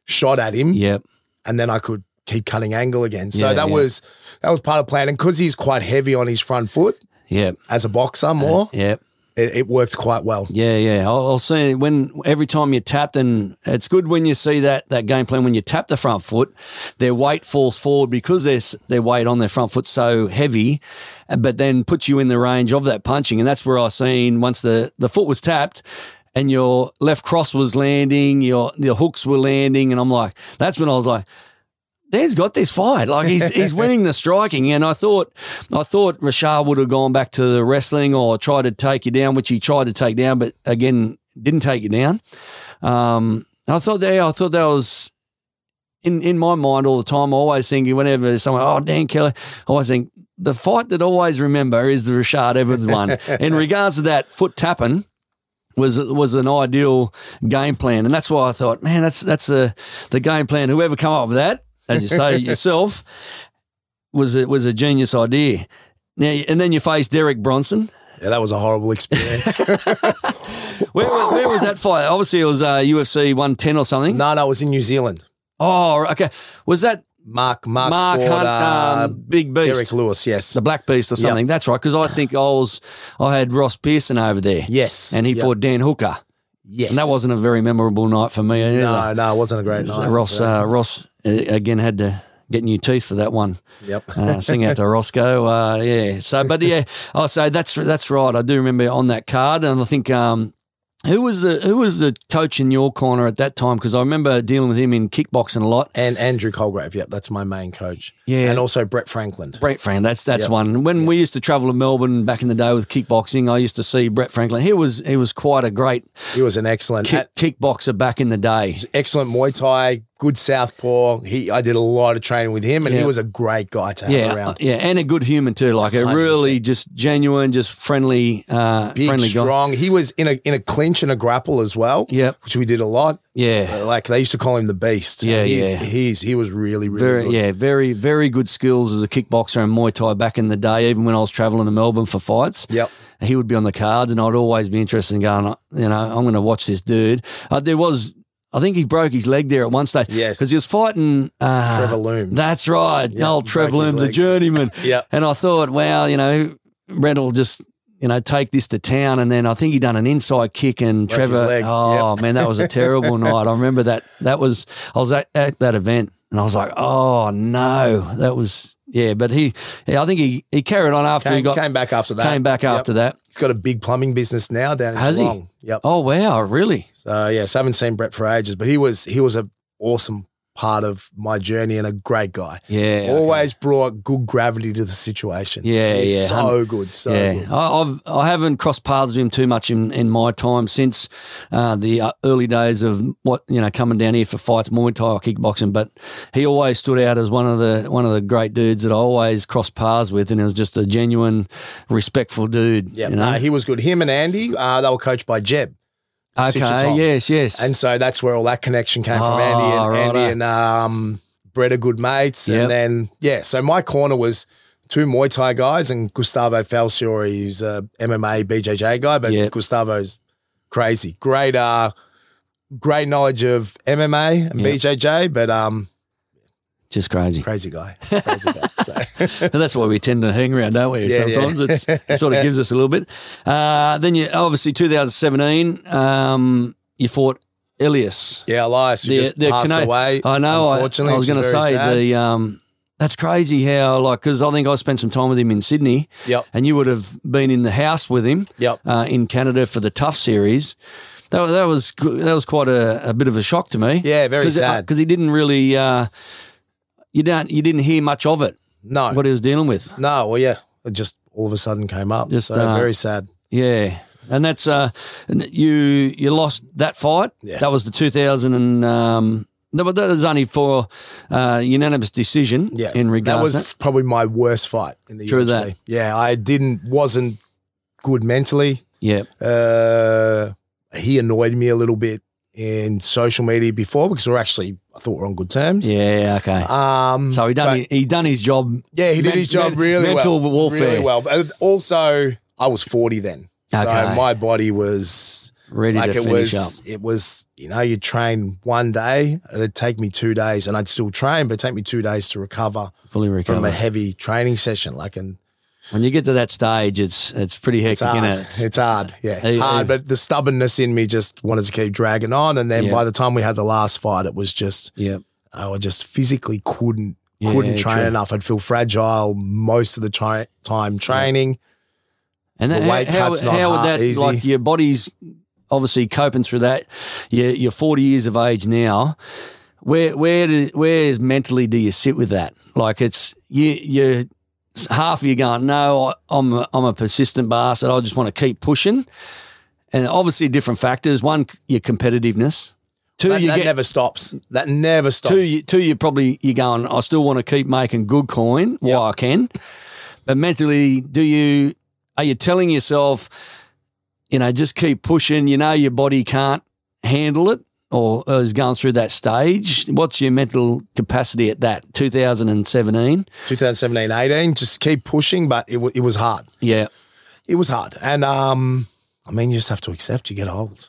shot at him
yep.
and then I could keep cutting angle again. So
Yeah,
that
yeah.
was that was part of plan. And because he's quite heavy on his front foot
Yep.
as a
Uh,
boxer more,
Yep.
it, it worked quite well.
Yeah, yeah. I'll, I'll see when every time you tapped, and it's good when you see that that game plan when you tap the front foot, their weight falls forward because their s- their weight on their front foot's so heavy, uh, but then puts you in the range of that punching, and that's where I seen once the the foot was tapped. And your left cross was landing, your your hooks were landing, and I'm like, that's when I was like, Dan's got this fight. Like he's he's winning the striking, and I thought I thought Rashad would have gone back to the wrestling or tried to take you down, which he tried to take down, but again didn't take you down. Um, and I thought they I thought that was in in my mind all the time. I always thinking whenever someone oh Dan Kelly, I always think the fight that I always remember is the Rashad Evans one. in regards to that foot tapping was was an ideal game plan, and that's why I thought, man, that's that's a, the game plan. Whoever come up with that, as you say yourself, was a, was a genius idea. Now, and then you face Derek Bronson.
Yeah, that was a horrible experience.
Where, wa- where was that fight? Obviously, it was uh, UFC one ten or something.
no, no, it was in New Zealand.
Oh, okay. Was that
Mark, Mark,
Mark
Ford,
Hunt,
uh,
um, Big Beast,
Derek Lewis, yes.
the Black Beast, or something? That's right. Because I think I was I had Ross Pearson over there.
yes.
and he
Yep.
fought Dan Hooker,
yes.
and that wasn't a very memorable night for me. either.
No, no, it wasn't a great
So
night.
Ross, uh, Ross uh, again had to get new teeth for that one.
Yep.
Uh, sing out to Roscoe, uh, yeah. So, but yeah, I say that's that's right. I do remember on that card, and I think um, who was the who was the coach in your corner at that time? Because I remember dealing with him in kickboxing a lot.
And Andrew Colgrave, yep, that's my main coach.
Yeah.
And also Brett Franklin.
Brett Franklin, that's that's
Yep.
one. When we used to travel to Melbourne back in the day with kickboxing, I used to see Brett Franklin. He was he was quite a great
He was an excellent
kick, kickboxer back in the day.
excellent Muay Thai, good southpaw. He, I did a lot of training with him, and
Yeah.
he was a great guy to have
Yeah,
around.
yeah, and a good human too. Like a
100%.
really just genuine, just friendly, uh,
Big,
friendly guy.
strong. He was in a in a clinch and a grapple as well,
Yep.
which we did a lot.
Yeah.
Uh, Like they used to call him the Beast.
Yeah,
he's,
yeah.
he's he was really really
Very,
good.
yeah, very, very good skills as a kickboxer and Muay Thai back in the day. Even when I was traveling to Melbourne for fights,
Yep.
he would be on the cards, and I'd always be interested in going. You know, I'm going to watch this dude. Uh, there was, I think he broke his leg there at one stage.
Yes.
because he was fighting uh,
Trevor Looms.
That's right,
Yeah,
old
he
Trev
broke his
Loom, the
legs.
journeyman.
Yep.
And I thought, wow, you know, Brent will just, you know, take this to town. And then I think he done an inside kick and
Broke his
Trevor.
leg,
Oh man, that was a terrible night. I remember that. That was I was at, at that event and I was like, oh no, that was yeah. But he, yeah, I think he he carried on after he
Came,
got
came back after that.
came back
Yep.
after that.
He's got a big plumbing business now down in
Has he?
Geelong. Yep.
Oh wow, really?
So yeah, so I haven't seen Brett for ages, but he was he was an awesome part of my journey and a great guy.
Yeah.
Always brought good gravity to the situation.
Yeah,
He was
yeah,
So good, so
yeah,
good.
I, I've I haven't crossed paths with him too much in, in my time since uh, the uh, early days of what you know coming down here for fights, Muay Thai, or kickboxing. But he always stood out as one of the one of the great dudes that I always crossed paths with, and he was just a genuine, respectful dude.
Yeah,
you know?
no, he was good. Him and Andy, uh, they were coached by Jeb,
okay,
Suchitong.
yes, yes,
and so that's where all that connection came
Ah,
from. Andy and
righto.
Andy and um, Brett are good mates,
Yep.
and then yeah. So my corner was two Muay Thai guys and Gustavo Falciori, who's a MMA BJJ guy, but
Yep.
Gustavo's crazy, great, uh, great knowledge of MMA and
Yep.
BJJ, but um,
just crazy.
crazy guy, crazy guy. So.
And that's why we tend to hang around, don't we?
Yeah, yeah.
Sometimes It's, it sort of gives us a little bit. Uh, then you obviously 2017, um, you fought Elias.
Yeah, Elias, who
The-
just
the
passed
Cana-
away.
I know. I, I was
unfortunately, which
going to
is very
say
sad.
the um, that's crazy how like because I think I spent some time with him in Sydney,
Yep,
and you would have been in the house with him
yep.
uh, in Canada for the Tough Series. That, wa- that was g- that was quite a, a bit of a shock to me.
Yeah, very sad.
because he didn't really uh, you don't you didn't hear much of it
No,
what he was dealing with.
No, well, yeah, it just all of a sudden came up.
Just,
so
uh,
very sad.
Yeah. And that's uh, and you you lost that fight.
Yeah.
That was the 2000 and um, that was- that was only for uh, unanimous decision.
Yeah,
in regards
that
to
was probably my worst fight in the
True
UFC.
that.
Yeah, I didn't wasn't good mentally.
Yeah,
Uh, he annoyed me a little bit in social media before because we're actually I thought we are on good terms.
yeah, okay.
Um,
so he done
but-
he, he done his job.
yeah, he did
men-
his job
men-
really
mental
well.
warfare.
Really well. But also, I was forty then,
Okay.
so my body was
Ready
like
to
it
finish
was
up.
it was you know you'd train one day it'd take me two days and i'd still train but it'd take me two days to recover
Fully
from a
recovered.
heavy training session like and
When you get to that stage, it's it's pretty
it's
hectic,
hard
innit?
it's, hard yeah
Hey, hey.
hard but the stubbornness in me just wanted to keep dragging on and then
Yeah.
by the time we had the last fight it was just
yeah.
oh, i just physically couldn't
Yeah,
couldn't train
true.
enough i'd feel fragile most of the tri- time training
And
The
that,
weight
how,
cut's
how,
not
how would
hard-
that
easy.
like your body's obviously coping through that? You're, you're 40 years of age now. where where do, where is mentally do you sit with that? Like it's you you half of you going, no, I, I'm a, I'm a persistent bastard. I just want to keep pushing, and obviously different factors. One, your competitiveness. Two,
That,
you
that
get
never stops. That never stops.
two, you, two, you probably you're going. I still want to keep making good coin while I can, but mentally, do you are you telling yourself, you know, just keep pushing? You know, your body can't handle it or is going through that stage. What's your mental capacity at that? 2017.
2017, 18, just keep pushing, but it, wa it was hard.
Yeah,
It was hard. And um, I mean, you just have to accept you get old.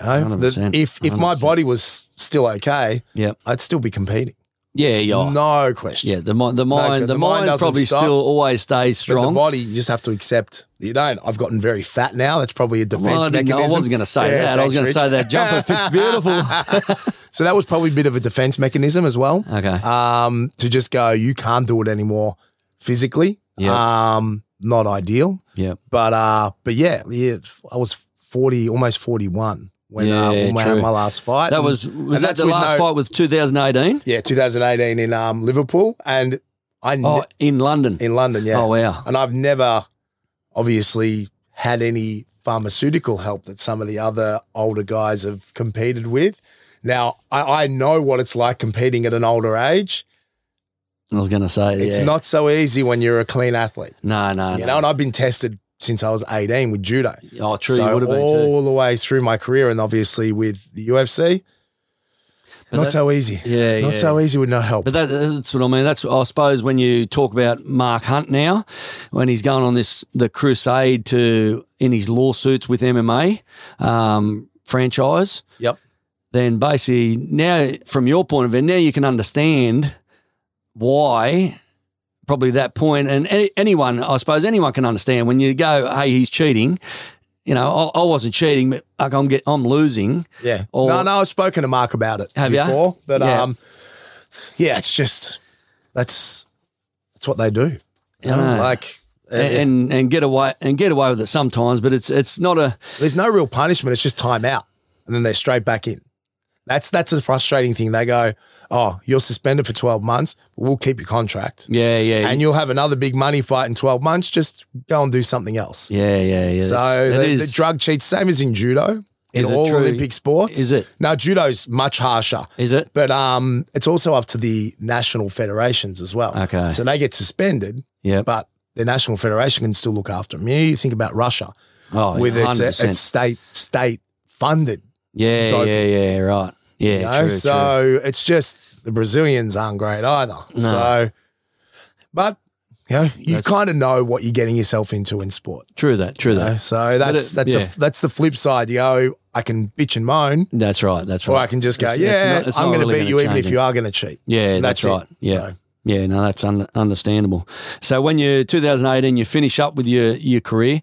You know? The-
100%,
if if my
100%.
body was still okay,
yeah,
I'd still be competing.
yeah, yeah.
No question.
Yeah, the mind, the mind,
good,
the,
the mind
mind,
doesn't
probably
stop.
still always stays
But the
strong.
body, you just have to accept that you don't. I've gotten very fat now. That's probably a
Well,
defense
I, didn't- I
mechanism.
wasn't going to say
Yeah,
that. I was going to
thanks,
say
Rich.
that jumper fits beautiful.
So that was probably a bit of a defense mechanism as well.
Okay.
Um, to just go, you can't do it anymore physically.
Yeah.
Um, not ideal.
yeah,
But uh, but yeah, yeah, I was forty, almost forty-one when,
Yeah,
uh, when I
true.
had my last fight.
that
And-
was was
and
that
that's
the
with
last
no-
fight with 2018?
yeah, 2018 in um Liverpool and I kn-
Oh, in London.
in London, yeah.
Oh wow.
And I've never obviously had any pharmaceutical help that some of the other older guys have competed with. Now I, I know what it's like competing at an older age.
I was going to say
It's
yeah.
not so easy when you're a clean athlete.
No, no,
You
no.
know, and I've been tested since I was 18 with judo.
oh, true.
so
you would have been too.
all the way through my career, and obviously with the UFC,
But
not
that-
so easy.
Yeah,
not
yeah.
so easy with no help.
But that, that's what I mean. That's I suppose when you talk about Mark Hunt now, when he's going on this the crusade to in his lawsuits with MMA um, franchise.
Yep.
Then basically now, from your point of view, now you can understand why. Probably that point, and any, anyone, I suppose, anyone can understand when you go, "Hey, he's cheating." You know, I, I wasn't cheating, but like, I'm get, I'm losing.
Yeah.
Or-
no, no, I've spoken to Mark about it
Have ya?
before. But
Yeah.
um yeah, it's just that's that's what they do. You know,
I know.
Like
and,
and,
and and get away and get away with it sometimes, but it's it's not a
there's no real punishment, it's just time out. And then they're straight back in. That's that's the frustrating thing. They go, Oh, you're suspended for twelve months, we'll keep your contract.
yeah yeah
And you'll have another big money fight in twelve months, just go and do something else.
yeah yeah yeah.
So
That's- that
the, the
is-
drug cheats, same as in judo, in
Is it
all
true?
Olympic sports.
Is it?
Now judo's much harsher.
is it
But um, it's also up to the national federations as well.
Okay.
So they get suspended,
yeah
but the national federation can still look after them. You, you think about Russia
oh
with
yeah,
its,
100%.
its state state funded.
yeah
doping.
yeah yeah right yeah
You know?
true, true.
so it's just the Brazilians aren't great either.
No.
So, but you know, you
That's-
kind of know what you're getting yourself into in sport.
true that true
you know?
that
So that's
it-
that's
yeah.
a, that's the flip side. You go, I can bitch and moan,
that's right that's
or
right
I can just go,
It's- it's
yeah,
not- it's
I'm
not
going to
really gonna
beat you even
change
if you are going to cheat.
yeah that's,
That's it.
right yeah
So-
yeah no that's un- understandable. So when you 2018 you finish up with your your career,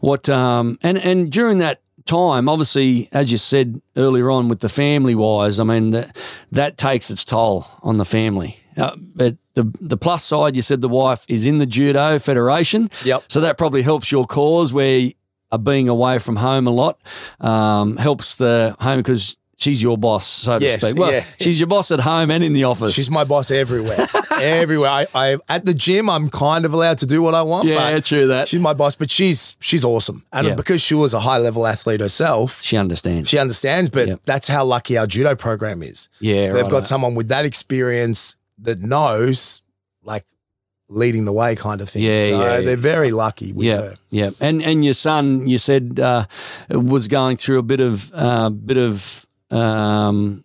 what um and and during that time obviously as you said earlier on with the family wise I mean that that takes its toll on the family. Uh, but the the plus side you said the wife is in the judo federation.
Yep.
So that probably helps your cause where you are being away from home a lot. Um, helps the home because she's your boss, so
Yes,
to speak. Well,
yeah.
she's your boss at home and in the office.
She's my boss everywhere. everywhere. I, I at the gym, I'm kind of allowed to do what I want.
yeah, true that.
But she's my boss, but she's she's awesome. And
Yeah.
because she was a high level athlete herself,
She understands.
she understands. But
Yep.
that's how lucky our judo program is.
yeah,
They've
right on.
got someone with that experience that knows, like leading the way kind of thing.
Yeah,
so
yeah, yeah.
they're very lucky with
Yeah,
her.
yeah, and and your son, you said, uh, was going through a bit of uh, bit of um,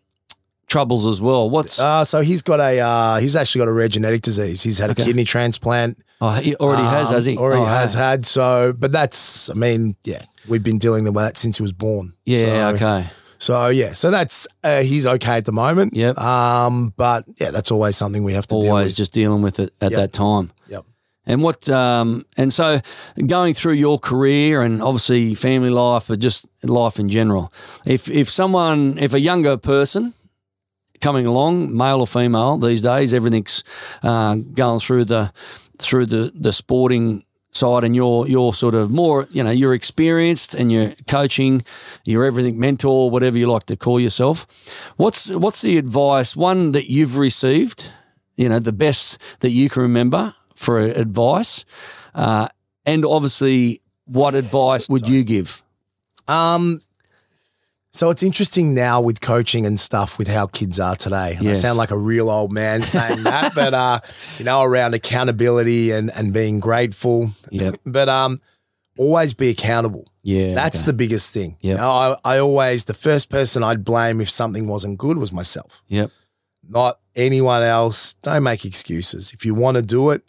troubles as well. What's
Uh, so he's got a uh, he's actually got a rare genetic disease. He's had
Okay.
a kidney transplant.
oh, he already has,
um,
has he?
Already
Oh,
has
hey.
had. So, but that's, I mean, yeah, we've been dealing with that since he was born.
Yeah,
So,
okay.
So yeah, so that's uh, he's okay at the moment.
Yep.
Um, but yeah, that's always something we have to deal
Always
with.
just dealing with it at
Yep.
that time.
Yep.
And what um and so going through your career and obviously family life, but just life in general. If if someone if a younger person coming along, male or female, these days everything's uh, going through the through the the sporting side and you're you're sort of more you know you're experienced and you're coaching, you're everything mentor, whatever you like to call yourself. What's what's the advice one that you've received? You know the best that you can remember for advice, uh, and obviously, what advice would you give?
Um, so it's interesting now with coaching and stuff with how kids are today. And
Yes.
I sound like a real old man saying that, but uh, you know, around accountability and and being grateful.
Yep.
But um, always be accountable.
Yeah,
That's the biggest thing.
Yep.
You know, I, I always the first person I'd blame if something wasn't good was myself,
the yep.
not anyone else. Don't make excuses. If you want to do it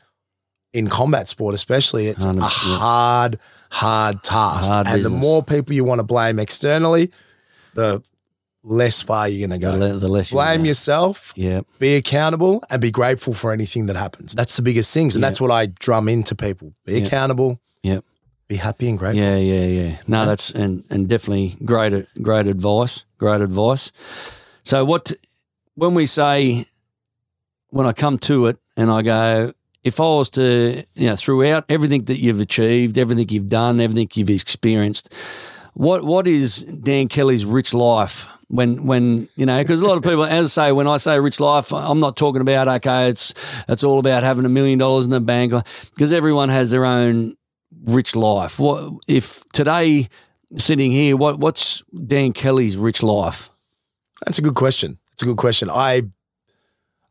in combat sport, especially, it's
Hundred
a
percent.
hard, hard task.
Hard
and the
business.
more people you want to blame externally, the less far you're going to
The,
go.
le- the less you
Blame
know.
yourself,
Yep.
be accountable, and be grateful for anything that happens. That's the biggest things, and
Yeah.
that's what I drum into people: be
Yeah.
accountable,
Yeah.
be happy and grateful.
Yeah, yeah, yeah. No, that's and and definitely great great advice. Great advice. So what when we say when I come to it and I go, if I was to you know, throughout everything that you've achieved, everything you've done, everything you've experienced, what what is Dan Kelly's rich life? When, when you know, because a lot of people, as I say, when I say rich life, I'm not talking about okay, it's it's all about having a million dollars in the bank, because everyone has their own rich life. What if today sitting here? What what's Dan Kelly's rich life?
That's a good question. That's a good question. I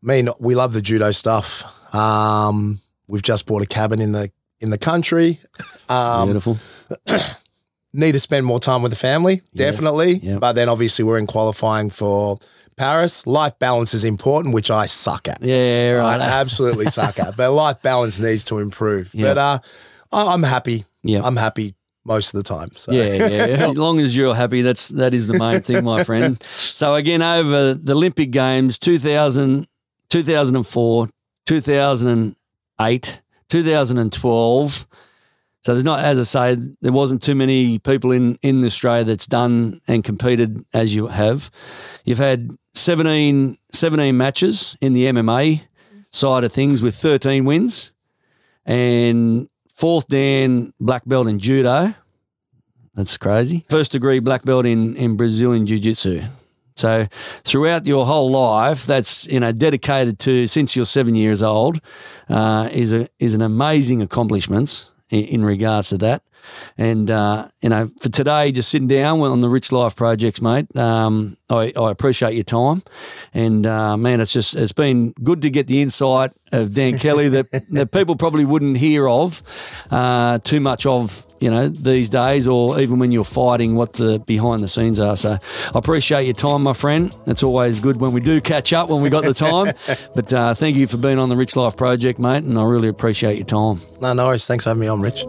mean, we love the judo stuff. Um, we've just bought a cabin in the in the country. Um,
Beautiful.
need to spend more time with the family,
Yes.
definitely.
Yep.
But then obviously we're in qualifying for Paris. Life balance is important, which I suck at.
Yeah,
I
right.
absolutely suck at. But life balance needs to improve.
Yeah.
But uh, I, I'm happy.
Yeah.
I'm happy most of the time. So
Yeah, yeah. yeah. As long as you're happy, that's that is the main thing, my friend. So again, over the Olympic Games 2000, 2004, 2008, 2012. So there's not, as I say, there wasn't too many people in in Australia that's done and competed as you have. You've had 17, 17 matches in the MMA side of things with 13 wins and fourth Dan black belt in judo. That's crazy. First degree black belt in, in Brazilian Jiu Jitsu. So throughout your whole life, that's you know dedicated to since you're seven years old, uh, is a is an amazing accomplishments in, in regards to that. And uh, you know, for today, just sitting down on the Rich Life projects, mate. Um, I, I appreciate your time, and uh, man, it's just it's been good to get the insight of Dan Kelly that that people probably wouldn't hear of uh, too much of you know, these days, or even when you're fighting, what the behind the scenes are. So I appreciate your time, my friend. It's always good when we do catch up when we got the time. but uh, thank you for being on the Rich Life Project, mate, and I really appreciate your time.
no, no worries. Thanks for having me on, Rich.